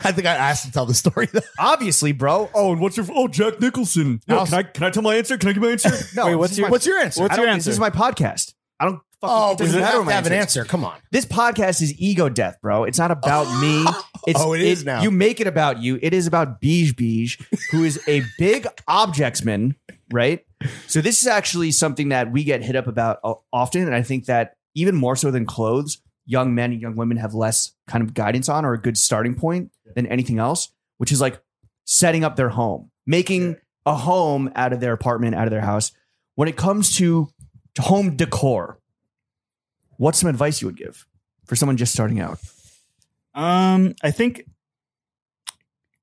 I think I asked to tell the story.
Obviously, bro.
Oh, and what's your? Oh, Jack Nicholson. No,
I'll-
can I can I tell my answer? Can I give my answer?
No,
Wait,
this
what's
is
your
my-
What's your answer?
what's
I
your
don't-
answer?
This is my podcast. I don't. Fucking,
oh,
it
we
doesn't matter
have
what
to
my
have an
answer is.
answer. Come on.
This podcast is ego death, bro. It's not about me. It's,
Oh, it is now.
You make it about you. It is about Beige Beige, who is a big objectsman, right? So this is actually something that we get hit up about o- often, and I think that even more so than clothes, young men and young women have less kind of guidance on or a good starting point than anything else, which is like setting up their home, making a home out of their apartment, out of their house. When it comes to home decor, what's some advice you would give for someone just starting out?
Um, I think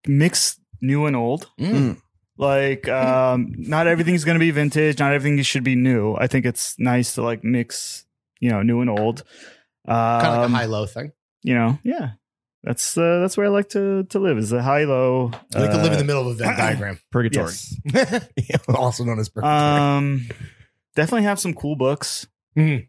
mix new and old.
Mm.
Hmm.
Like, um, not everything's gonna be vintage. Not everything should be new. I think it's nice to like mix, you know, new and old. Um,
Kind of like a high low thing.
you know, yeah. That's uh, that's where I like to to live is the high low.
You like to
uh,
live in the middle of a Venn diagram,
Purgatory.
Yes.
also known as
Uh,
purgatory.
Um, definitely have some cool books,
Mhm.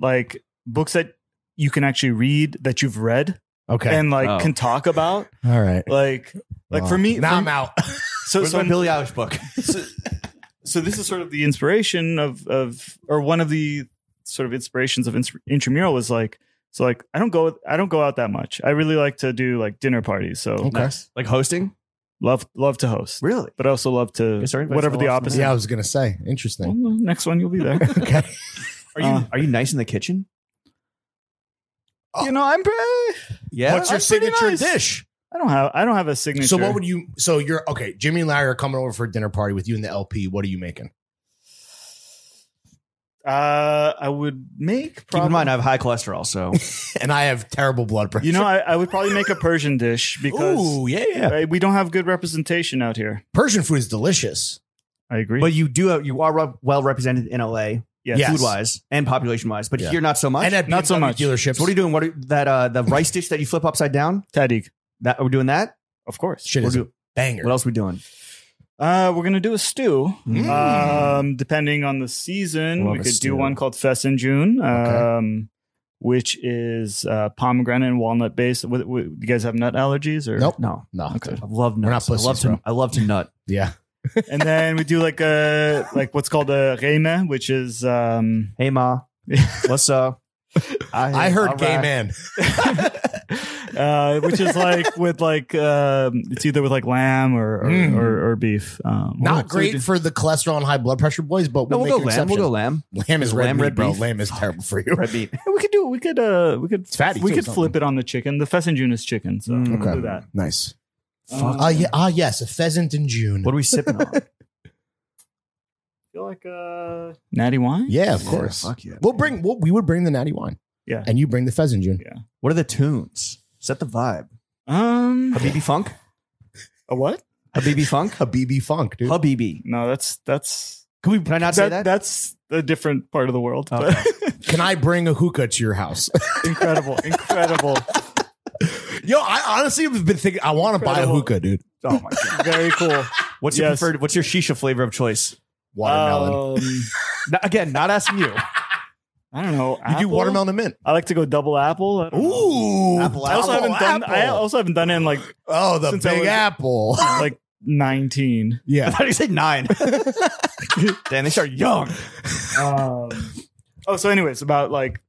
like books that you can actually read that you've read
okay,
and like
Oh.
can talk about.
all right.
Like, like for me,
now
for
I'm
me-
out.
so so I'm-
Billie Eilish book?
so, so this is sort of the inspiration of of or one of the sort of inspirations of ins- intramural was like so like I don't go I don't go out that much. I really like to do like dinner parties. So
Okay.
Like hosting?
love love to host,
Really?
but I also love to
Yes, sir, invite
whatever the
someone else
opposite.
Yeah, I was gonna say.
Well,
Interesting.
next one you'll be there.
Okay.
Are you
Uh,
are you nice in the kitchen?
you know I'm pretty.
Yeah.
What's your
I'm pretty
signature
nice.
dish?
I don't have I don't have a signature.
So what would you? So you're okay. Jimmy and Larry are coming over for a dinner party with you and the LP. What are you making?
uh, I would make
Keep
probably
in mind I have high cholesterol, so
And I have terrible blood pressure.
you know I, I would probably make a Persian dish because
Ooh, yeah, yeah.
uh, we don't have good representation out here.
Persian food is delicious.
I agree.
but you do you are re- well represented in LA
yes.
yeah.
food wise and population wise, but
Yeah.
here not so much.
And at
Not so
BMW
much.
dealerships.
so what are you doing? What are that uh the rice dish that you flip upside down?
Tadig,
That we're doing that?
of course.
Shit
We're
is a
do-
banger.
what else we doing?
Uh, we're gonna do a stew.
Mm.
Um, depending on the season,
Love
we
a
could
stew.
do one called Fest in June, um,
Okay.
which is uh, pomegranate and walnut based. With, with, you guys have nut allergies or
Nope.
No.
No.
Okay.
dude.
I love
We're not
nuts.
pussies,
I
bro.
love to I love to nut.
Yeah.
And then we do like a like what's called a reme, which is um,
Hey ma. What's up?
I heard
all
gay
right.
man.
uh, which is like with like um, it's either with like lamb or or,
Mm.
or, or beef. Um,
Not
so
great
we do-
for the cholesterol and high blood pressure boys, but
No, we'll
we'll, make
go
an
lamb.
exception.
We'll go lamb.
Lamb is red,
Lamb,
meat,
red
bro.
beef.
Lamb is terrible for you.
Red meat.
we could do we could uh we could
It's fatty,
we
too,
could
something.
flip it on the chicken. The pheasant June is chicken, so
Mm.
we'll
Okay.
do that.
Nice.
Fuck.
Ah, yeah, ah, yes, a pheasant in June.
Uh, What are we sipping on?
feel like uh natty wine.
yeah, of course.
Fuck yeah.
We'll bring. We'll, we would bring the natty wine,
Yeah.
and you bring the pheasant June.
What are the tunes? Set the vibe.
Um.
Habibi Funk?
A what?
Habibi Funk?
A BB funk, dude.
Habibi.
No, that's that's
Can we? Can I not say that?
That's a different part of the world.
Okay.
but-
Can I bring a hookah to your house?
incredible, incredible,
Yo, I honestly have been thinking. I want to buy a
Incredible.
hookah, dude.
oh my god!
very cool.
What's your
Yes.
preferred? What's your shisha flavor of choice?
Watermelon.
Um,
N- again, not asking you.
I don't know.
you do
apple?
watermelon and mint.
I like to go double apple. I don't know.
Ooh,
Apple,
I also
double
haven't done. I
apple.
also haven't done it in like
oh, the
since I
big
was-
apple.
like nineteen.
I
Yeah,
thought you said nine. Damn, they start young.
Um, oh, so anyways, about like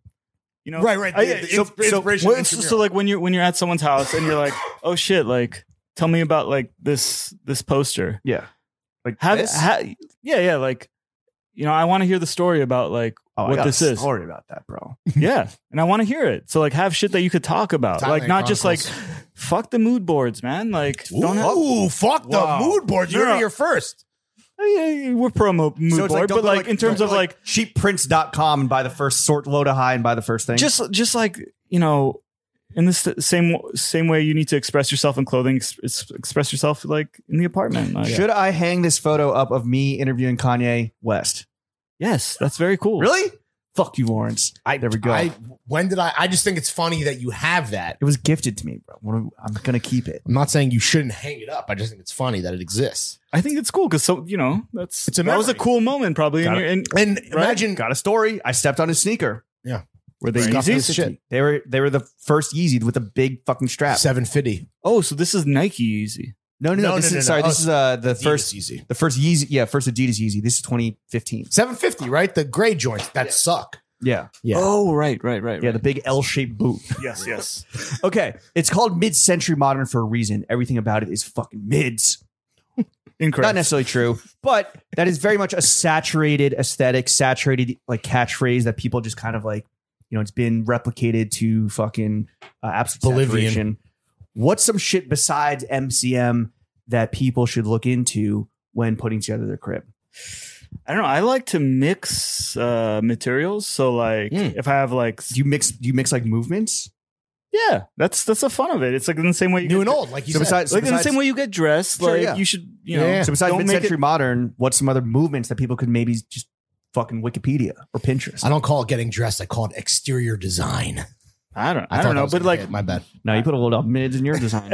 you know,
right, right.
I-
the- the
Oh, so,
insp- inspiration
so-
and
so,
inspiration.
so, like when you're when you're at someone's house and you're like, oh shit, like tell me about like this this poster.
Yeah. Like
Have,
this?
ha- yeah, yeah, like you know, I want to hear the story about like
oh, I
what
got
this
a
is.
Story about that, bro.
yeah, and I want to hear it. So like, have shit that you could talk about,
Thailand
like not just like
Chronicles.
fuck the mood boards, man. Like
Ooh,
don't have.
fuck
Wow.
the mood boards.
No,
You're
no.
here first.
oh, Yeah, yeah, We're promo mood
So it's
board,
don't
but
go
like, in terms
don't
of
go
like
cheapprints.com and buy the first sort low to high and buy the first thing.
just just like you know in this th- same same way you need to express yourself in clothing ex- ex- express yourself like in the apartment like-
should I hang this photo up of me interviewing Kanye West?
yes that's very cool
Really? Fuck you, Lawrence.
I,
There we go.
I, when did I? I just think it's funny that you have that.
It was gifted to me, bro. What am- I'm gonna keep it.
I'm not saying you shouldn't hang it up. I just think it's funny that it exists.
i think it's cool because so you know that's
It's a
that was a
memory.
cool moment probably in
Got
your, in,
And
Right?
imagine,
Got a story. I stepped on his sneaker.
Were they
Stuff
Yeezys?
this shit.
They were they were the first Yeezy with a big fucking strap.
Seven fifty.
Oh, so this is Nike Yeezy.
No, no, no.
No,
this
no,
is
no, no.
sorry.
Oh,
This is uh the first
easy.
the first Yeezy. Yeah, first Adidas Yeezy. This is 2015.
Seven fifty, right? The gray joints that suck.
Yeah,
Yeah.
Oh, right, right, right.
yeah. The big L shaped boot.
yes, yes.
Okay, it's called mid century modern for a reason. Everything about it is fucking mids. Not
Incorrect.
necessarily true, but that is very much a saturated aesthetic, saturated like catchphrase that people just kind of like, you know, it's been replicated to fucking uh, absolute
Bolivian.
saturation. What's some shit besides MCM that people should look into when putting together their crib?
I don't know. I like to mix uh, materials. So like
Mm.
if I have like
Do you mix? Do you mix like movements?
yeah, that's that's the fun of it. It's like in the same way you
New
get-
and old, like you
So
said.
besides, so
like in the
besides,
same way you get dressed.
Sure,
like
yeah.
you should you
Yeah,
know
yeah.
so besides
don't make
mid-century
it-
modern, what's some other movements that people could maybe just fucking Wikipedia or Pinterest?
I don't call it getting dressed. I call it exterior design.
I don't I,
thought
don't
that
know,
was
but
gonna
like
be it. my bad.
No, you put a little mids in your design.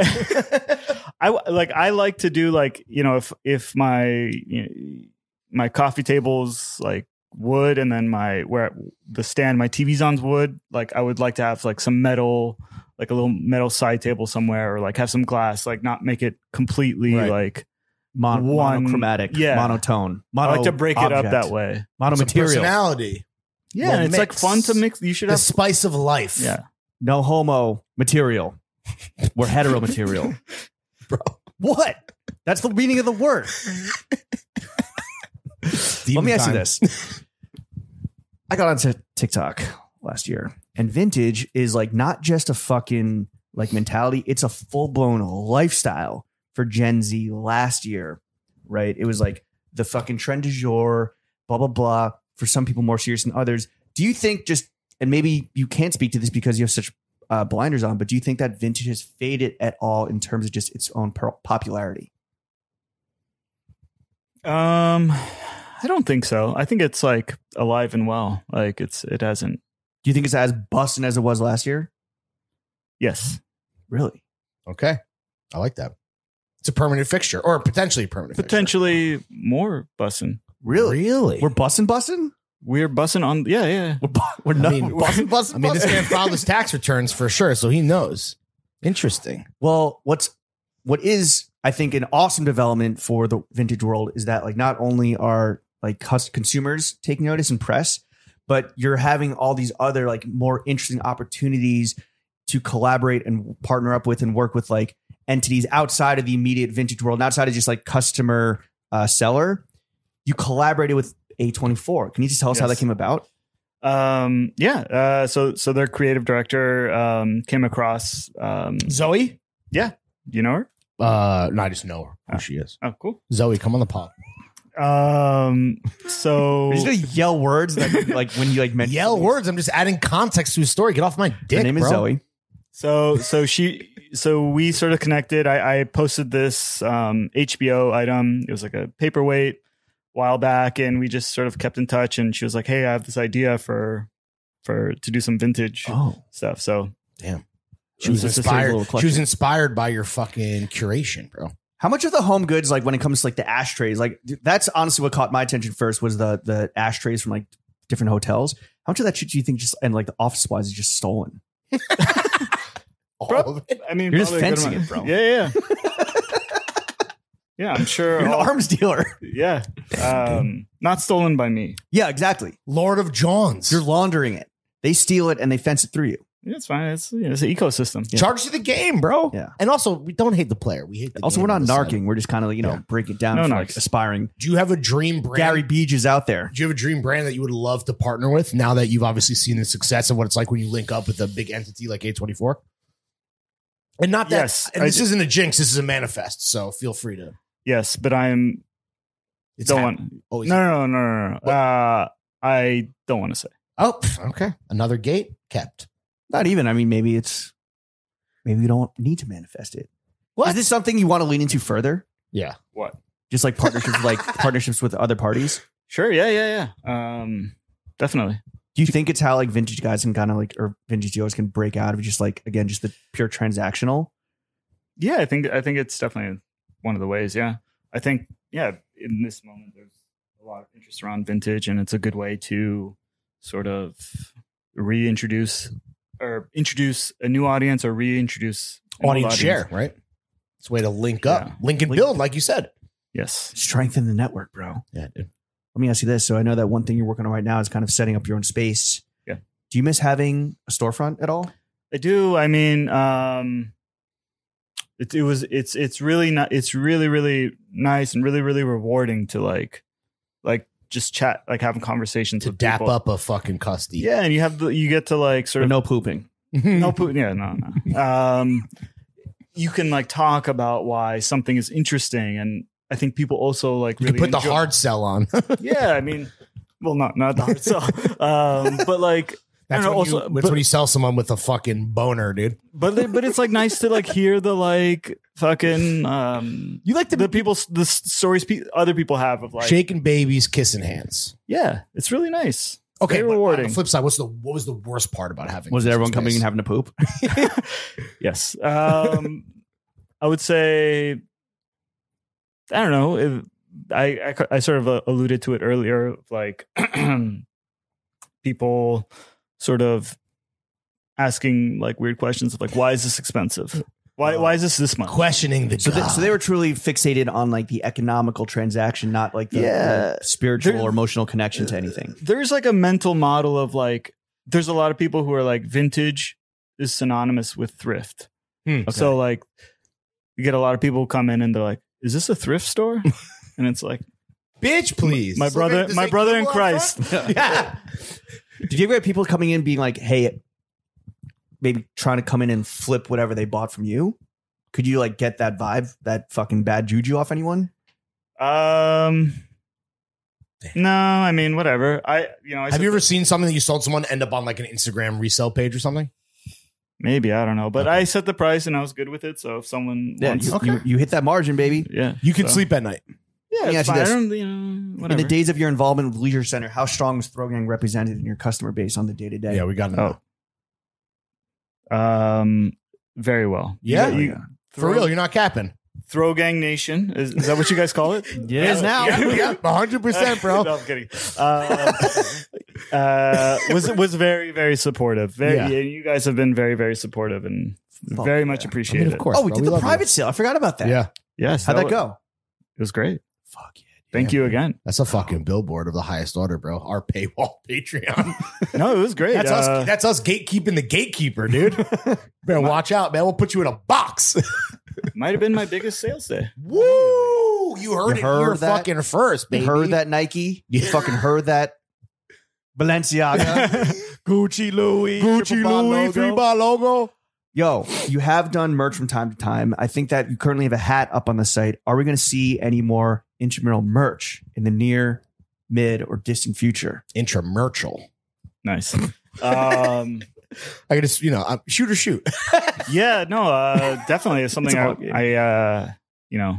I like I like to do like you know if if my you know, my coffee table's like wood and then my where the stand my TV's on's wood like I would like to have like some metal like a little metal side table somewhere or like have some glass like not make it completely
Right.
like
Mon-
One-
monochromatic,
yeah.
monotone.
I
Mono
like to break it up
object,
that way.
Some
Monomaterial.
personality,
Yeah,
Well,
and it's like
mix.
fun to mix. You should
the
have
spice of life.
yeah.
No homo material. We're hetero material.
bro.
What? That's the meaning of the word. Let me ask you this. I got onto TikTok last year, and vintage is like not just a fucking like mentality, it's a full blown lifestyle for Gen Z last year, right? It was like the fucking trend du jour, blah, blah, blah, for some people more serious than others. Do you think just, and maybe you can't speak to this because you have such uh, blinders on, but do you think that vintage has faded at all in terms of just its own per- popularity?
Um, I don't think so. I think it's like alive and well. Like it's it hasn't.
Do you think it's as busting as it was last year?
Yes,
Really?
Okay, I like that. It's a permanent fixture, or potentially a permanent.
potentially more bussin.
fixture. really.
We're bussing, bussing.
We're bussin on. Yeah, yeah.
We're, bu- we're
I
not
mean,
bussing, bussing.
I mean, this
bussing.
man filed his tax returns for sure, so he knows. Interesting.
well, what's what is I think an awesome development for the vintage world is that like not only are like cus- consumers taking notice and press, but you're having all these other like more interesting opportunities to collaborate and partner up with and work with like entities outside of the immediate vintage world, and outside of just like customer uh, seller. You collaborated with A24. Can you just tell us how
Yes.
that came about?
Um, yeah. Uh, so so their creative director um came across um
Zoe?
you know her.
Uh, no, I just know her, who she is.
Oh, cool.
Zoe, come on the pod.
Um, so
You're just gonna yell words that, like when you like mention
Yell
something.
words. I'm just adding context to his story. Get off my dick.
Her name is
bro.
Zoe.
So so she so we sort of connected. I, I posted this um, HBO item. It was like a paperweight a while back, and we just sort of kept in touch. And she was like, "Hey, I have this idea for for to do some vintage
Oh,
stuff." So
She was
Just a single
inspired.
little clutch.
She was inspired by your fucking curation, bro.
How much of the home goods, like when it comes to like the ashtrays, like th- that's honestly what caught my attention first was the the ashtrays from like different hotels. How much of that shit do you think just and like the office supplies is just stolen?
All
Bro.
of it.
I mean,
You're just
probably a good
fencing
amount.
it, bro.
Yeah, yeah, yeah. I'm sure.
You're an
all-
arms dealer.
yeah, um, not stolen by me.
Yeah, exactly.
Lord of Johns.
You're laundering it. They steal it and they fence it through you.
Yeah, it's fine. It's you know, it's an ecosystem.
Charge to the game, bro.
Yeah.
And also, we don't hate the player. We hate the
Also,
game
we're not
on the side.
narking. We're just kind of like, you know
Yeah.
break it down
No
for
narcs.
like aspiring
Do you have a dream brand?
Gary Beaches out there.
do you have a dream brand that you would love to partner with now that you've obviously seen the success of what it's like when you link up with a big entity like A24? And not that
Yes,
and
I
this
do.
isn't a jinx, this is a manifest. So feel free to
Yes, but I'm
it's
don't
happening.
want.
always
No, no, no, no, no. no.
What?
Uh, I don't want to say.
Oh, pff, okay. Another gate kept.
Not even. I mean, maybe it's maybe you don't need to manifest it. Is
What?
this something you want to lean into further?
Yeah.
What?
Just like partnerships, like partnerships with other parties.
Sure. Yeah. Yeah. Yeah. Um, definitely.
Do you think it's how like vintage guys can kind of like or vintage dealers can break out of just like again just the pure transactional?
Yeah. I think. I think it's definitely one of the ways. Yeah. I think. Yeah. In this moment, there's a lot of interest around vintage, and it's a good way to sort of reintroduce or introduce a new audience or reintroduce an old
audience share, right? It's a way to link up,
Yeah.
link and
Link-
build, like you said.
Yes.
Strengthen the network, bro.
Yeah, dude.
Let me ask you this. So I know that one thing you're working on right now is kind of setting up your own space.
Yeah.
Do you miss having a storefront at all?
I do. I mean, um, it, it was it's it's really not it's really really nice and really really rewarding to like like just chat like having conversations
To
with
dap
people.
up a fucking custy.
Yeah, and you have the, you get to like sort
But
of
no pooping.
no Putin. Yeah, no, no. Um, you can like talk about why something is interesting, and I think people also like
you
really
can put the
enjoy-
hard sell on.
Yeah, I mean, well, not not the hard sell, um, but like,
That's,
know,
when,
also-
you, that's
but-
when you sell someone with a fucking boner, dude.
but they- but it's like nice to like hear the like fucking um,
You like
the people's the s- stories pe- other people have of like,
Shaking babies, kissing hands.
yeah, it's really nice.
Okay,
Very
but on
rewarding.
the flip side, what's the what was the worst part about having?
Was
this
everyone
space?
coming and having a poop?
Yes. Um, I would say, I don't know. If, I, I, I sort of uh, alluded to it earlier, of like people sort of asking like weird questions of like, why is this expensive? Why, why is this this much?
questioning the
So,
God.
they, so they were truly fixated on like the economical transaction, not like the, the
Yeah.
spiritual
There-
or emotional connection to anything.
There's like a mental model of like, there's a lot of people who are like vintage is synonymous with thrift.
Hmm.
So like you get a lot of people come in and they're like, is this a thrift store? and it's like,
bitch, please.
my
Look at
brother,
this
my
thing
brother in
people up
Christ.
front. Yeah.
Did you ever have people coming in being like, "Hey, maybe trying to come in and flip whatever they bought from you"? Could you like get that vibe, that fucking bad juju off anyone?
Um, no, I mean whatever. I you know I
Have you ever seen something that you sold someone end up on like an Instagram resell page or something?
maybe I don't know, but I set the price and I was good with it. So if someone
Yeah,
wants,
you, you, you hit that margin, baby.
yeah,
You can
So-
sleep at night.
yeah,
Let me ask
it's
you
fine. I
this.
don't, you know,
In
whatever.
the days of your involvement with Leisure Center, how strong was Throw Gang represented in your customer base on the day to day?
Yeah, we got it.
oh, um, very well.
Yeah.
You-
Yeah.
For real, you're not capping.
Throw gang nation is, is that what you guys call it?
Yeah. It is now.
Yeah, yeah, 100%, bro.
no, I'm kidding. Uh, uh, was was very very supportive. Very,
Yeah.
you guys have been very very supportive and
Fuck
very
yeah. I
much
mean,
appreciated.
course.
Oh, we
bro.
did the
love
private
you.
sale. I forgot about that.
Yeah,
Yes,
How'd that
wa-
go?
It was great.
Fuck yeah.
Thank you again.
that's a fucking billboard of the highest order, bro. Our paywall Patreon.
No, it was great.
That's
Uh,
us. That's us gatekeeping the gatekeeper, dude. man, watch out, man. We'll put you in a box.
might have been my biggest sales day.
Woo! You heard
You
it
heard
here
that?
fucking first,
You
baby.
heard that Nike? You
Yeah.
fucking heard that Balenciaga?
Gucci Louis,
Gucci Louis free buy logo.
Yo, you have done merch from time to time. I think that you currently have a hat up on the site. Are we going to see any more intramural merch in the near, mid, or distant future?
Intramercial.
Nice. Um,
I could just, you know, I'm, shoot or shoot.
yeah, no, uh, definitely it's something I, I uh, you know,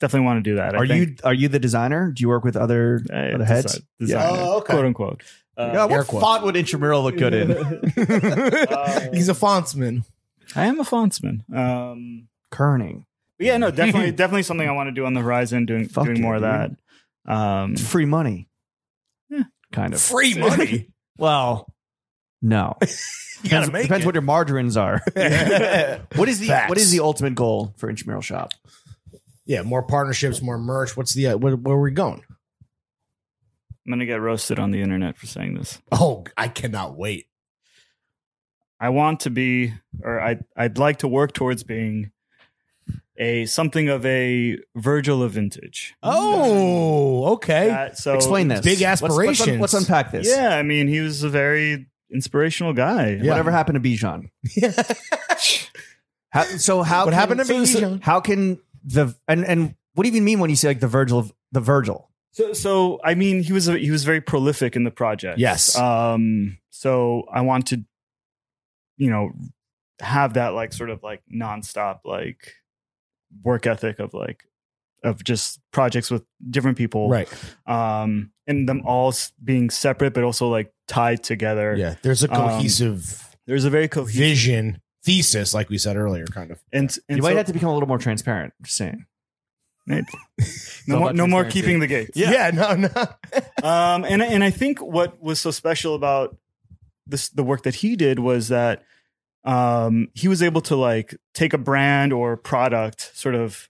definitely want to do that. I
Are
think.
you are you the designer? Do you work with other?
I
Are the heads?
desi- design
Yeah.
it,
Oh, okay.
Quote unquote. Uh,
Yeah,
air
what
quotes.
font would intramural look good in?
He's
Um,
a fontsman.
I am a fontsman. Um,
Kerning,
but yeah, no, definitely, definitely something I want to do on the horizon. Doing
Fuck
doing
yeah,
more of that.
dude.
Um,
it's free money.
Yeah.
Kind of.
Free money.
Well, no.
You gotta
depends
make
depends
it.
what your margarines are. what is the
Facts.
what is the ultimate goal for intramural shop?
yeah, more partnerships, more merch. What's the uh, where, where are we going?
I'm gonna get roasted on the internet for saying this.
Oh, I cannot wait.
I want to be, or I I'd like to work towards being a something of a Virgil of vintage.
Oh, okay.
That- so
Explain this.
Big
Let's- let's un-
aspirations.
Let's, unpack this.
Yeah, I mean, he was a very inspirational guy.
Yeah.
Whatever happened to Bijan? How, so how
What
can-
happened to
so- so
Bijan?
How can the and and what do you even mean when you say like the Virgil of the Virgil?
So, so I mean, he was he was very prolific in the project.
Yes.
Um. So I want to, you know, have that like sort of like nonstop like work ethic of like of just projects with different people.
right.
um, and them all s- being separate but also like tied together.
Yeah. There's a
Um,
cohesive
There's a very cohesive
vision thesis, like we said earlier, kind of.
and, and
You might
so-
have to become a little more transparent. Just saying.
no
all
more,
about
no more
transparency.
keeping the gates.
Yeah. no, no.
Um, and and I think what was so special about this the work that he did was that um, he was able to like take a brand or product, sort of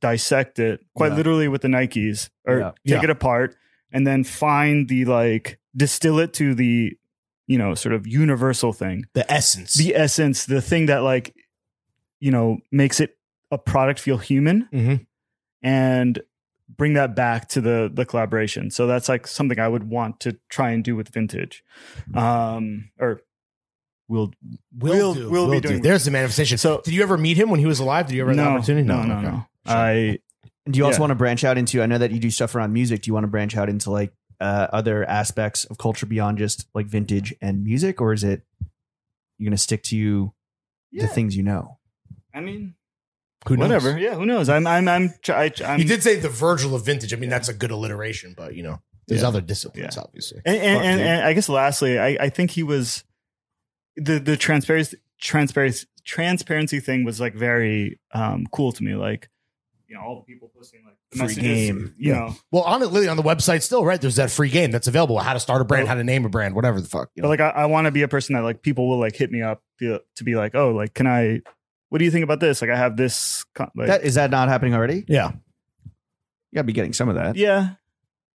dissect it quite
Yeah.
literally with the Nikes, or
Yeah.
take
Yeah.
it apart and then find the like distill it to the you know sort of universal thing,
the essence.
the essence, the thing that like you know makes it a product feel human
Mhm.
and bring that back to the the collaboration. So that's like something I would want to try and do with vintage.
Mm-hmm.
Um or will We'll- we'll be doing-
There's the manifestation.
So-
So, did you ever meet him when he was alive? Did you ever have the
no,
opportunity?
no, no,
Okay.
no.
Sure.
I
And do you also
Yeah.
want to branch out into? I know that you do stuff around music. Do you want to branch out into like uh, other aspects of culture beyond just like vintage and music, or is it you're going to stick to you
Yeah.
the things you know?
I mean
Who knows?
whatever. Yeah, who knows? I'm I'm I'm tr- I, I'm
you did say the Virgil of vintage. I mean, that's a good alliteration, but you know, there's
Yeah.
other disciplines, obviously.
and and,
Fuck,
and,
dude.
and I guess lastly, I, I think he was the the transparency transparency transparency thing was like very um cool to me. Like you know, all the people posting like the
Free
messages,
game.
You
Yeah.
know,
Well, on it, literally on the website still, right? There's that free game that's available. How to start a brand, how to name a brand, whatever the fuck. You
Oh. But
know?
like, I, I want to be a person that like people will like hit me up to, to be like, oh, like, can I? What do you think about this? Like, I have this. Con- like,
That is that not happening already? You
yeah.
got to be getting some of that.
yeah,
And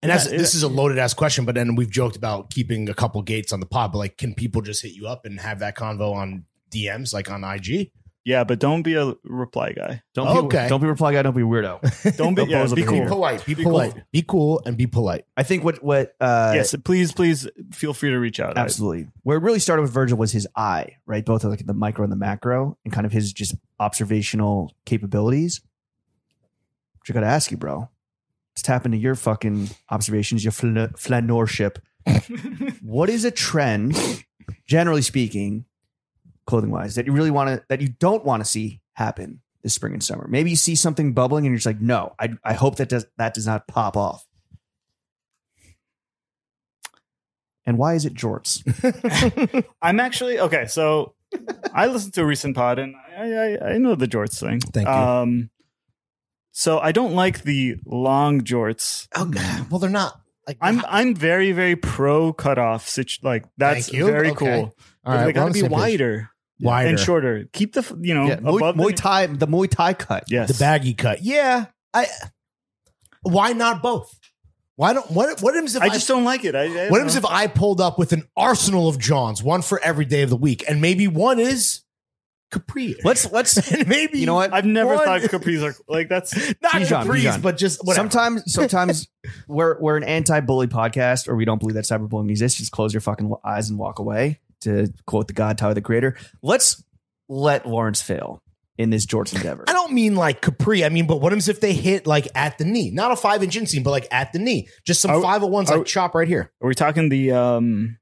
Yeah,
that's,
it-
this is a loaded ass question, but then we've joked about keeping a couple gates on the pod. But like, can people just hit you up and have that convo on DMs, like on IG?
yeah, but don't be a reply guy.
Don't be,
Okay.
don't be reply guy. Don't be weirdo.
Don't be.
Don't
yeah,
pose up
be
in
cool.
here.
polite. Be,
Be
polite.
cool.
Be cool and be polite.
I think what what uh,
yes, please, please feel free to reach out. I-
Absolutely. Where it really started with Virgil was his eye, right? Both like the micro and the macro, and kind of his just observational capabilities. Which I got to ask you, bro. Let's tap into your fucking observations, your flan- flanorship. what is a trend, generally speaking, clothing wise, that you really want to, that you don't want to see happen this spring and summer? Maybe you see something bubbling and you're just like, no, I, I hope that does, that does not pop off. And why is it jorts?
I'm actually okay. So I listened to a recent pod, and I I, I know the jorts thing.
Thank you.
Um, so I don't like the long jorts.
Oh, God. Well, they're not. Like,
I'm I'm very very pro cutoff. Situ- like that's
Thank you.
very
Okay.
cool.
all right,
they
we're on
gotta
the
be
same page.
wider.
Wider.
and shorter. Keep the f- you know
Yeah, Muay,
above the-
Muay Thai, the Muay Thai cut.
Yes,
The baggy cut. Yeah. I. Why not both? Why don't what? What happens if
I just don't like it. I, I don't
What happens
know.
if I pulled up with an arsenal of Johns, one for every day of the week, and maybe one is Capri?
Let's let's
and maybe
you know what?
I've never
One-
thought capris are like that's
not
Bijan,
Capri's,
Bijan.
but just whatever.
Sometimes sometimes we're we're an anti-bully podcast, or we don't believe that cyberbullying exists. Just close your fucking eyes and walk away. To quote the God Tyler the Creator, let's let Lawrence fail in this George endeavor.
I don't mean like Capri. I mean, but what happens if they hit like at the knee? Not a five inch inseam, but like at the knee. Just some
Are-
501s
are-
like chop right here.
are we talking the um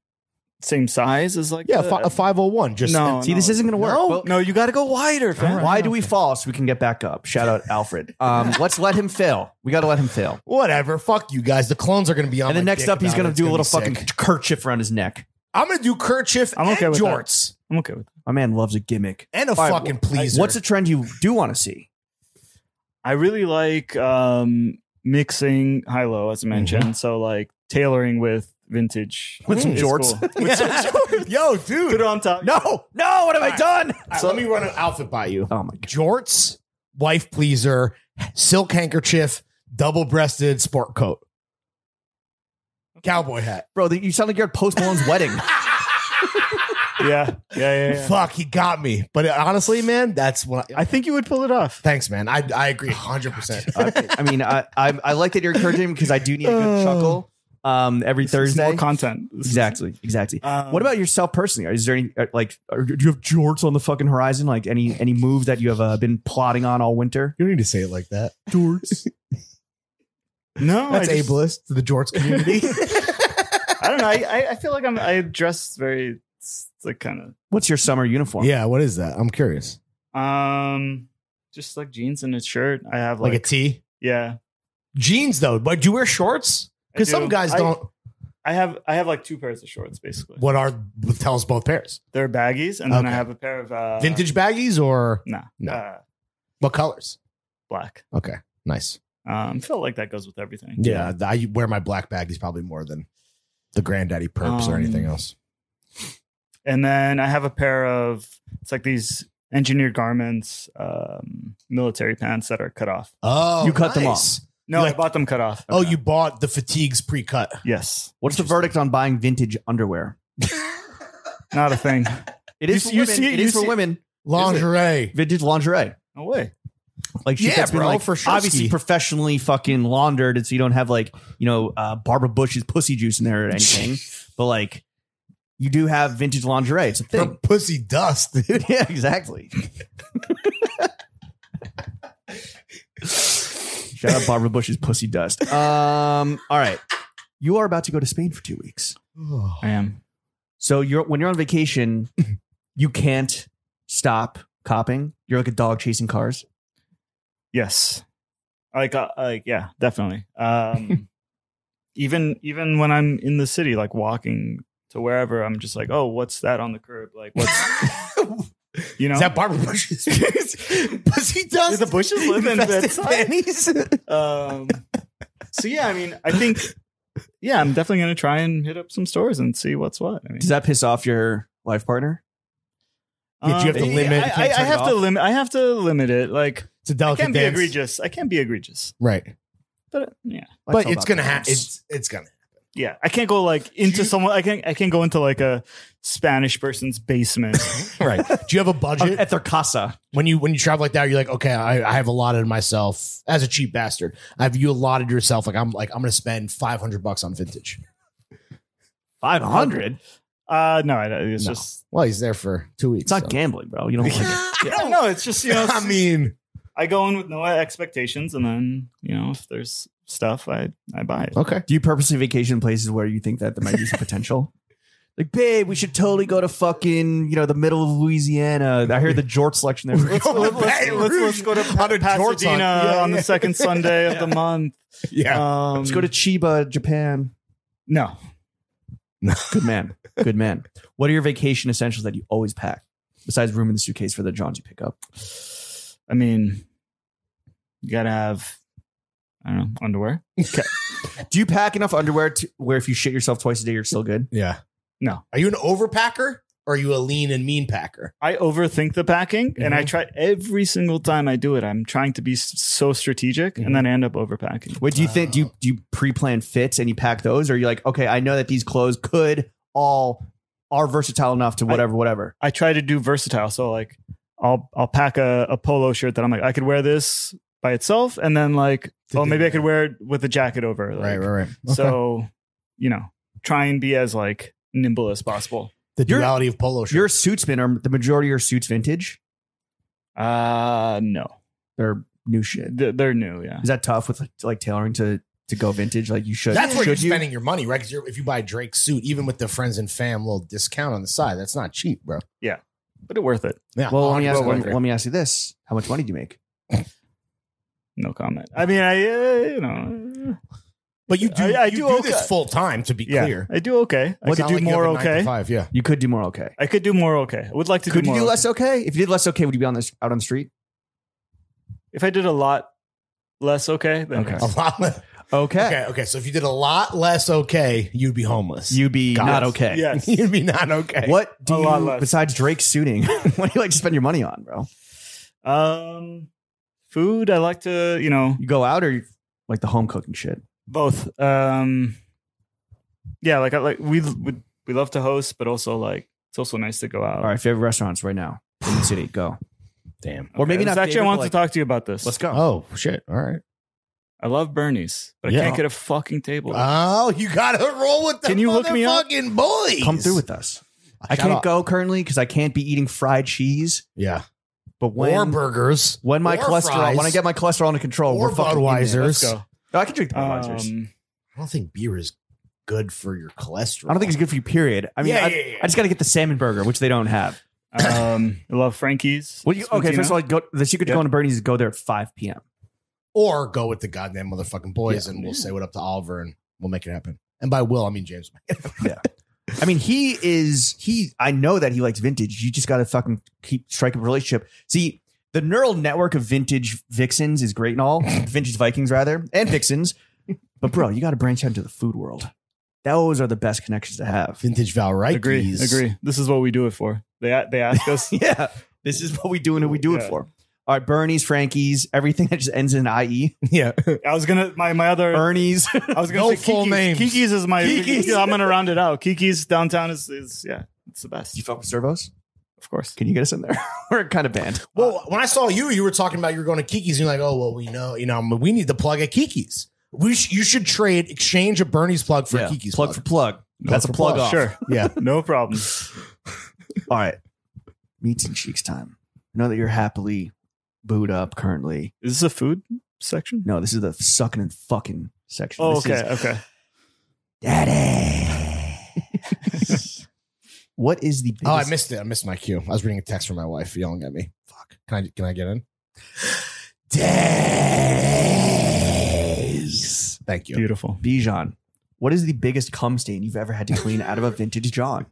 same size as like
Yeah,
the-
fi-
Uh,
uh, a 501. Just
no
See,
no.
this isn't going to work.
No.
Well,
no you got to go wider fam.
Why do we fall so we can get back up? Shout out Alfred. Um, let's let him fail. We got to let him fail.
whatever. Fuck you guys. The clones are going to be on.
And then
my
next
dick
up, he's
about it.
going to
It's
do a
gonna
little
be
fucking
sick.
kerchief around his neck.
I'm going to do kerchief
I'm okay
and
with that.
jorts
I'm okay with. It.
My man loves a gimmick.
and a
All right,
fucking pleaser.
What's a trend you do want to see?
I really like um mixing high low as I mentioned. So like tailoring with vintage
With some
is
jorts.
cool.
Yo, dude.
Put it on top.
No, no. What have I done?
All right, let me run an outfit by you.
Oh my god.
jorts, wife pleaser, silk handkerchief, double breasted sport coat, cowboy hat.
Bro, you sound like you're at Post Malone's wedding.
Yeah. Yeah. Yeah. yeah.
Fuck, he got me. But honestly, man, that's what. I,
I think you would pull it off.
thanks, man. I I
Oh,
agree, hundred percent.
I mean, I, I I like that you're encouraging because I do need a good chuckle um, every
It's
Thursday.
more content. This is-
Exactly, exactly.
Um,
what about yourself personally? Is there any uh, like, are, do you have jorts on the fucking horizon? Like any any move that you have uh, been plotting on all winter?
You don't need to say it like that.
no?
That's
I just-
ableist to the jorts community.
I don't know. I, I, I feel like I'm I dress very it's like kind
What's your summer uniform?
yeah, what is that? I'm curious.
of um just like jeans and a shirt. I have
Like,
like,
a tee,
yeah.
jeans though. But do you wear
I
shorts? Because some
do.
guys
I-
don't.
I have I have like two pairs of shorts basically.
What are tell us both pairs?
They're baggies, and then I
Okay.
have a pair of uh,
Vintage baggies or
Nah,
No.
uh,
what colors?
black.
Okay, nice.
Um, I feel like that goes with everything.
Yeah, I wear my black baggies probably more than the granddaddy perps or
Um,
anything else.
And then I have a pair of it's like these engineered garments, um, military pants that are cut off.
Oh,
You cut them off.
nice.
No,
You like-
I bought them cut off.
Oh, you bought the fatigues pre-cut.
yes,
What's the verdict on buying vintage underwear?
not a thing.
It is for
You see- you
women.
see-
it
you
is for
see-
women.
Lingerie.
Vintage lingerie,
No way.
like shit
Yeah,
that's been
bro,
like
for sure.
obviously professionally fucking laundered, and so you don't have like you know uh, Barbara Bush's pussy juice in there or anything. but like, you do have vintage lingerie. It's a
For
thing.
pussy dust. dude.
yeah, exactly. Shout out Barbara Bush's pussy dust. Um, all right, you are about to go to Spain for two weeks.
I am.
So you're when you're on vacation, you can't stop copping. You're like a dog chasing cars.
Yes. Like, uh, like, yeah, definitely. Um, even, even when I'm in the city, like walking to wherever, I'm just like, oh, what's that on the curb? Like, what's you know?
Is that Barbara Bush's pussy dust?
Do the bushes live in
Infested
bedside?
panties?
um, so yeah, I mean, I think, yeah, I'm definitely gonna try and hit up some stores and see what's what. I mean,
Does that piss off your life partner?
Yeah, do you have to
Um,
limit-
I,
you can't
I- I
turn it
have to
off?
limit. I have to limit it. Like,
It's a
I
delicate
can't be
dance.
egregious. I can't be egregious.
Right.
But uh, yeah,
But
all
it's
about
gonna
balance.
happen. It's it's gonna.
yeah, I can't go like into someone. I can not I can go into like a Spanish person's basement.
Right. Do you have a budget?
at their casa.
when you when you travel like that, you're like, okay, I, I have allotted myself as a cheap bastard. Have you allotted yourself like I'm like I'm gonna spend five hundred bucks on vintage?
Five hundred.
Uh, no, I- it's
No.
just
Well, he's there for two weeks.
It's not
so.
gambling, bro. You don't. Like it.
I don't know. It's just you know.
I mean,
I go in with no expectations, and then you know if there's stuff, I I buy it.
okay.
Do you purposely vacation places where you think that there might be some potential? Like, babe, we should totally go to fucking you know the middle of Louisiana. I hear the Jort selection there.
We're
Let's-
going
let's-
to
let's-
Baton
Let's, let's
Rouge
go to
on a Georgia-
Pasadena
Yeah,
on
yeah.
the second Sunday of the month.
Yeah.
Um,
let's go to Chiba, Japan.
no.
Good man. Good man. What are your vacation essentials that you always pack besides room in the suitcase for the Johns you pick up?
I mean, you gotta have I don't know underwear.
Do you pack enough underwear to where if you shit yourself twice a day, you're still good?
yeah.
No.
Are you an overpacker or are you a lean and mean packer?
I overthink the packing, and
Mm-hmm.
I try every single time I do it. I'm trying to be s- so strategic, and
Mm-hmm.
then I end up overpacking.
What do you think? Do you do you pre-plan fits and you pack those, or you're like, okay, I know that these clothes could all are versatile enough to whatever, whatever.
I try to do versatile. So like, I'll I'll pack a, a polo shirt that I'm like I could wear this by itself, and then like
To
oh
do
maybe I
that.
could wear it with a jacket over. Like,
right.
So you know, try and be as like nimble as possible.
the
You're-
duality of polo
Your
shirt.
suitsmen are the majority of your suits vintage.
Uh no,
They're new shit.
They're- they're new. Yeah,
Is that tough with like, like tailoring to to go vintage? Like you should.
That's where you're
should you?
spending your money, right? Because if you buy Drake's suit, even with the friends and fam little discount on the side, that's not cheap, bro.
but it worth it.
Yeah.
Well, let me ask.
$100.
Let me, let me ask you this: How much money do you make?
No comment. I mean, I uh, you know,
But you do,
I- I
you
do
do
okay.
this full time to be
yeah,
clear.
I do okay. I
It's
could
not
do
like you have
more
a nine to
okay.
Five, yeah.
You could do more. Okay.
I could do more okay. I would like to
Could
do
you
more.
do
okay.
less okay? If you did less okay, would you be on this out on the street?
If I did a lot less okay, then
Okay.
yes.
A lot less.
Okay.
Okay, okay. So if you did a lot less okay, you'd be homeless.
You'd be
Got
not
it.
okay.
Yes.
you'd be not okay.
What do
A
you
lot less.
besides Drake suiting? what do you like to spend your money on, bro?
Um, food. I like to, you know,
You go out or you- like the home cooking shit?
both. Um, yeah, like I like we we, we love to host, but also like it's also nice to go out.
All right, favorite restaurants right now in the city. Go
Damn.
or maybe not.
Actually,
favorite,
I want
but,
to talk to you about this.
Let's go.
Oh shit! All right.
I love Bernie's, but
Yeah.
I can't get a fucking table.
Ah,
Oh, you gotta roll with the
Can you hook me up?
motherfucking boys.
Come through with us. I
Shut
can't
up.
go currently because I can't be eating fried cheese.
Yeah.
But when
or burgers.
when my
or
cholesterol
fries.
when I get my cholesterol under control,
or
we're fucking in there.
Budweisers.
Let's go.
No, I can drink the Budweisers.
Um,
I don't think beer is good for your cholesterol.
I don't think it's good for you. Period. I mean,
Yeah,
I,
yeah, yeah.
I just got to get the salmon burger, which they don't have.
um, I love Frankie's.
Well, you, okay.
Spuntina.
First of all, go, the secret
Yeah.
to going to Bernie's is go there at five p.m.
Or go with the goddamn motherfucking boys,
Yeah.
and we'll say what up to Oliver, and we'll make it happen. And by will, I mean James.
I mean, he is he. I know that he likes vintage. You just got to fucking keep strike a relationship. See, the neural network of vintage vixens is great and all, vintage Vikings rather, and vixens. But bro, you got to branch out into the food world. Those are the best connections to have.
Vintage Val Reikes.
Agree. Agree. This is what we do it for. They a- they ask us.
yeah. This is what we do and who we do
Yeah.
it for. All right, Bernie's, Frankie's, everything that just ends in IE.
Yeah.
I was gonna my my other.
Bernie's.
I was gonna
No
say
full
Kiki's.
names.
Kiki's is my.
Kiki's.
I'm gonna round it out. Kiki's downtown is is yeah. It's the best.
you fuck with servos?
Of course.
Can you get us in there? We're kind of banned.
Well, when I saw you, you were talking about you were going to Kiki's. And you're like, oh, well, we know, you know, we need the plug at Kiki's. We sh- you should trade, exchange a Bernie's plug for a
Yeah,
Kiki's
plug,
plug.
for plug. That's a plug, off.
Sure.
Yeah.
No problem.
All right. Meats and cheeks time. I know that you're happily booed up currently.
Is this a food section?
No, this is the sucking and fucking section.
Oh,
This is-
okay. Okay.
Daddy. what is the biggest?
Oh, I missed it. I missed my cue. I was reading a text from my wife yelling at me. Fuck. Can I can I get in? Days. Thank you.
Beautiful.
Bijan. What is the biggest cum stain you've ever had to clean out of a vintage John?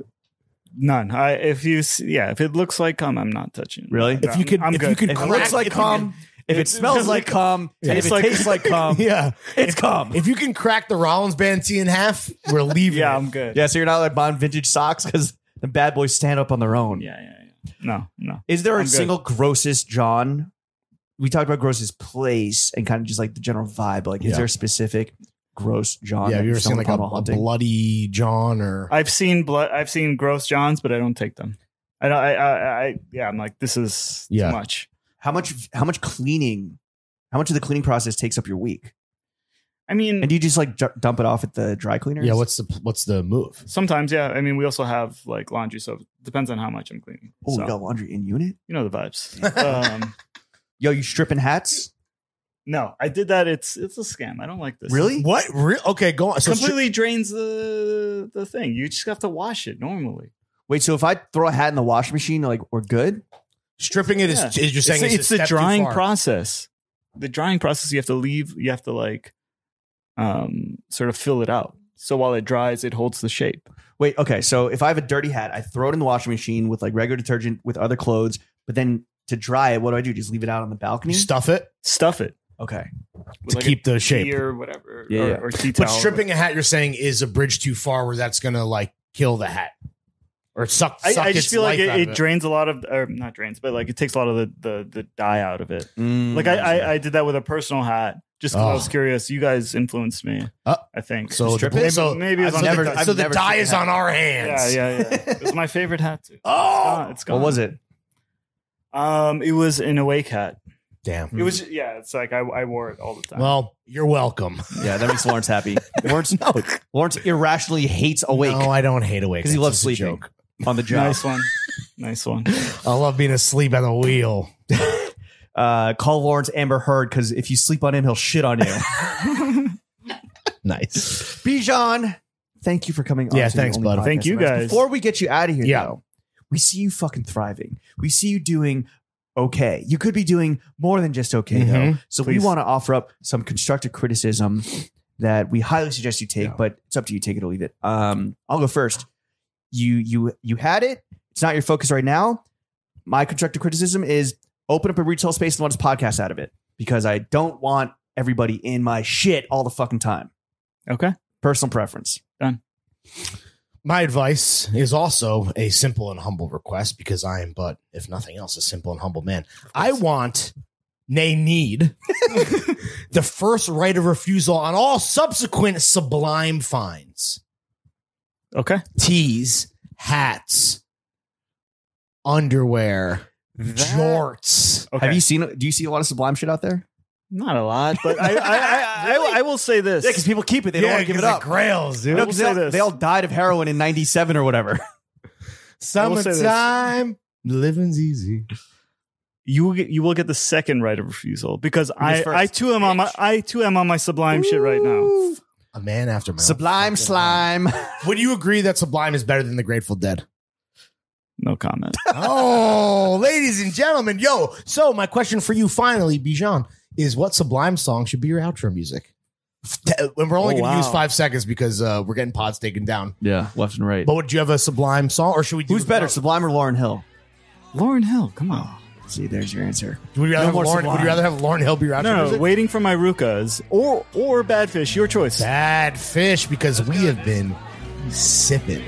None. I if you s- yeah if it looks like cum, I'm not touching. it.
Really?
If you could,
I'm
if
good.
you could,
If it
crack,
looks like
if you
cum, if it smells like cum, and if
Tastes
it
like-
tastes like cum,
um,
could- yeah.
it's cum.
If you can crack the Rollins band T in half, we're leaving.
Yeah,
it.
I'm good.
Yeah, so you're not like buying vintage socks because the bad boys stand up on their own.
Yeah, yeah, yeah. No, no.
Is there a
I'm good.
single grossest John? We talked about grossest place and kind of just like the general vibe. Like,
Yeah.
is there a specific gross John?
yeah.
that
Have you ever seen
someone
like a,
found while
a
hunting?
bloody John or?
I've seen blood. I've seen gross Johns, but I don't take them. I don't. I. I. I yeah. I'm like this is
Yeah.
too much.
How much? How much cleaning? How much of the cleaning process takes up your week?
I mean,
And do you just like ju- dump it off at the dry cleaners?
yeah. What's the what's the move?
sometimes yeah. I mean, we also have like laundry, so it depends on how much I'm cleaning.
Oh,
so,
you got laundry in unit.
you know the vibes. um,
Yo, you stripping hats?
no, I did that. It's it's a scam. I don't like this.
Really?
What? Re- okay, go on.
It
So
completely drains the the thing. You just have to wash it normally.
Wait, so if I throw a hat in the washing machine, like we're good?
stripping it is,
Yeah.
is you're saying
it's,
it's,
it's the
a step too
drying
far.
process. The drying process, you have to leave, you have to like um sort of fill it out. So while it dries, it holds the shape.
Wait, okay. So if I have a dirty hat, I throw it in the washing machine with like regular detergent with other clothes, but then to dry it, what do I do? Just leave it out on the balcony?
You stuff it
Stuff it
Okay.
with
to
like
keep
a
the shape.
tea or whatever,
Yeah,
or,
yeah.
or tea
But
towel.
stripping a hat, you're saying, is a bridge too far where that's going to like kill the hat or suck.
I,
suck
I just
its
feel like
life
it,
out of
it drains a lot of, or not drains, but like it takes a lot of the the, the dye out of it.
Mm,
Like
I,
I, I I did that with a personal hat just because I
Oh.
was curious. You guys influenced me,
Uh,
I think.
So,
Strip
the-
it?
so,
Maybe it's
so
on
the-
never-
so
I've
the
never
dye
seen
is
that.
on our
yeah,
hands.
yeah, yeah. it was my favorite hat too.
Oh,
it's gone.
what was it?
Um, it was an awake hat.
damn.
It was yeah. It's like I, I wore it all the time.
Hmm. Well, you're welcome.
Yeah, that makes Lawrence happy. Lawrence,
No,
Lawrence irrationally hates awake
No, I don't hate awake
'Cause he
It's
loves
just a
sleeping.
Joke.
on the job.
nice one, nice one.
I love being asleep at the wheel.
Uh, call Lawrence Amber Heard because if you sleep on him, he'll shit on you.
Nice.
Bijan, thank you for coming. on
Yeah,
to the
thanks,
Only
bud.
Podcast
Thank you,
Matters.
guys.
Before we get you out of here,
Yeah.
though, we see you fucking thriving. We see you doing okay. You could be doing more than just okay, though.
Mhm.
So
Please.
we want to offer up some constructive criticism that we highly suggest you take,
Yeah.
but it's up to you. Take it or leave it. Um, I'll go first. You you you had it. It's not your focus right now. My constructive criticism is open up a retail space and let us podcast out of it because I don't want everybody in my shit all the fucking time.
Okay,
Personal preference.
My advice is also a simple and humble request because I am, but if nothing else, a simple and humble man. I want, nay, need the first right of refusal on all subsequent sublime finds,
okay.
tees, hats, underwear, jorts.
okay.
Have you seen? Do you see a lot of sublime shit out there?
Not a lot, but I I, I, I, I will say this.
people keep it. They
Yeah, 'cause it Grails, dude.
No, 'cause
they,
they all-
all,
they all
died of heroin in '97 or whatever.
will say this.
Summertime, living's easy.
you will get, you will get the second right of refusal because I
Who's first?
I too am on my I too am on my sublime shit right now.
A man after my own
Sublime
fucking heart.
slime.
Would you agree that Sublime is better than the Grateful Dead?
No comment.
oh, ladies and gentlemen, yo. So my question for you, finally, Bijan, is what Sublime song should be your outro music? And we're only
Oh,
going to use
wow.
five seconds because uh, we're getting pods taken down.
Yeah, left and right.
But would you have a Sublime song, or should we? Do uh,
Who's better, Sublime or Lauren Hill?
Lauren Hill, come on.
See, there's your answer.
Would you rather,
No
have
more
Lauren, would you
Sublime.
rather have Lauren Hill be rap
No, no,
music?
waiting for my Rukas or or Badfish, your choice.
Bad fish because we have been sipping.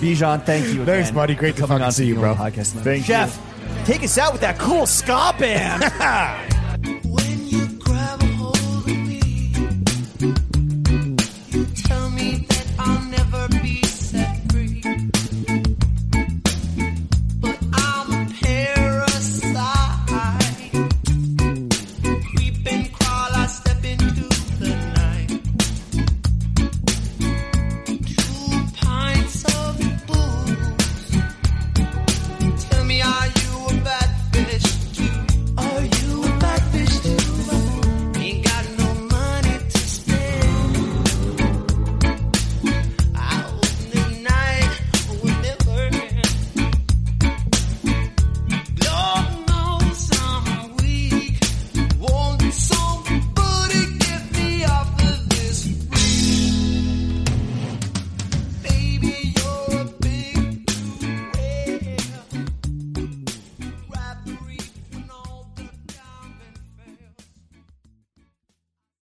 Bijan, thank you.
Thanks,
again
buddy. Great
for
to
coming
fucking
on
see you,
the
bro.
Podcast tonight.
Thank you.
Jeff, take us out with that cool ska band.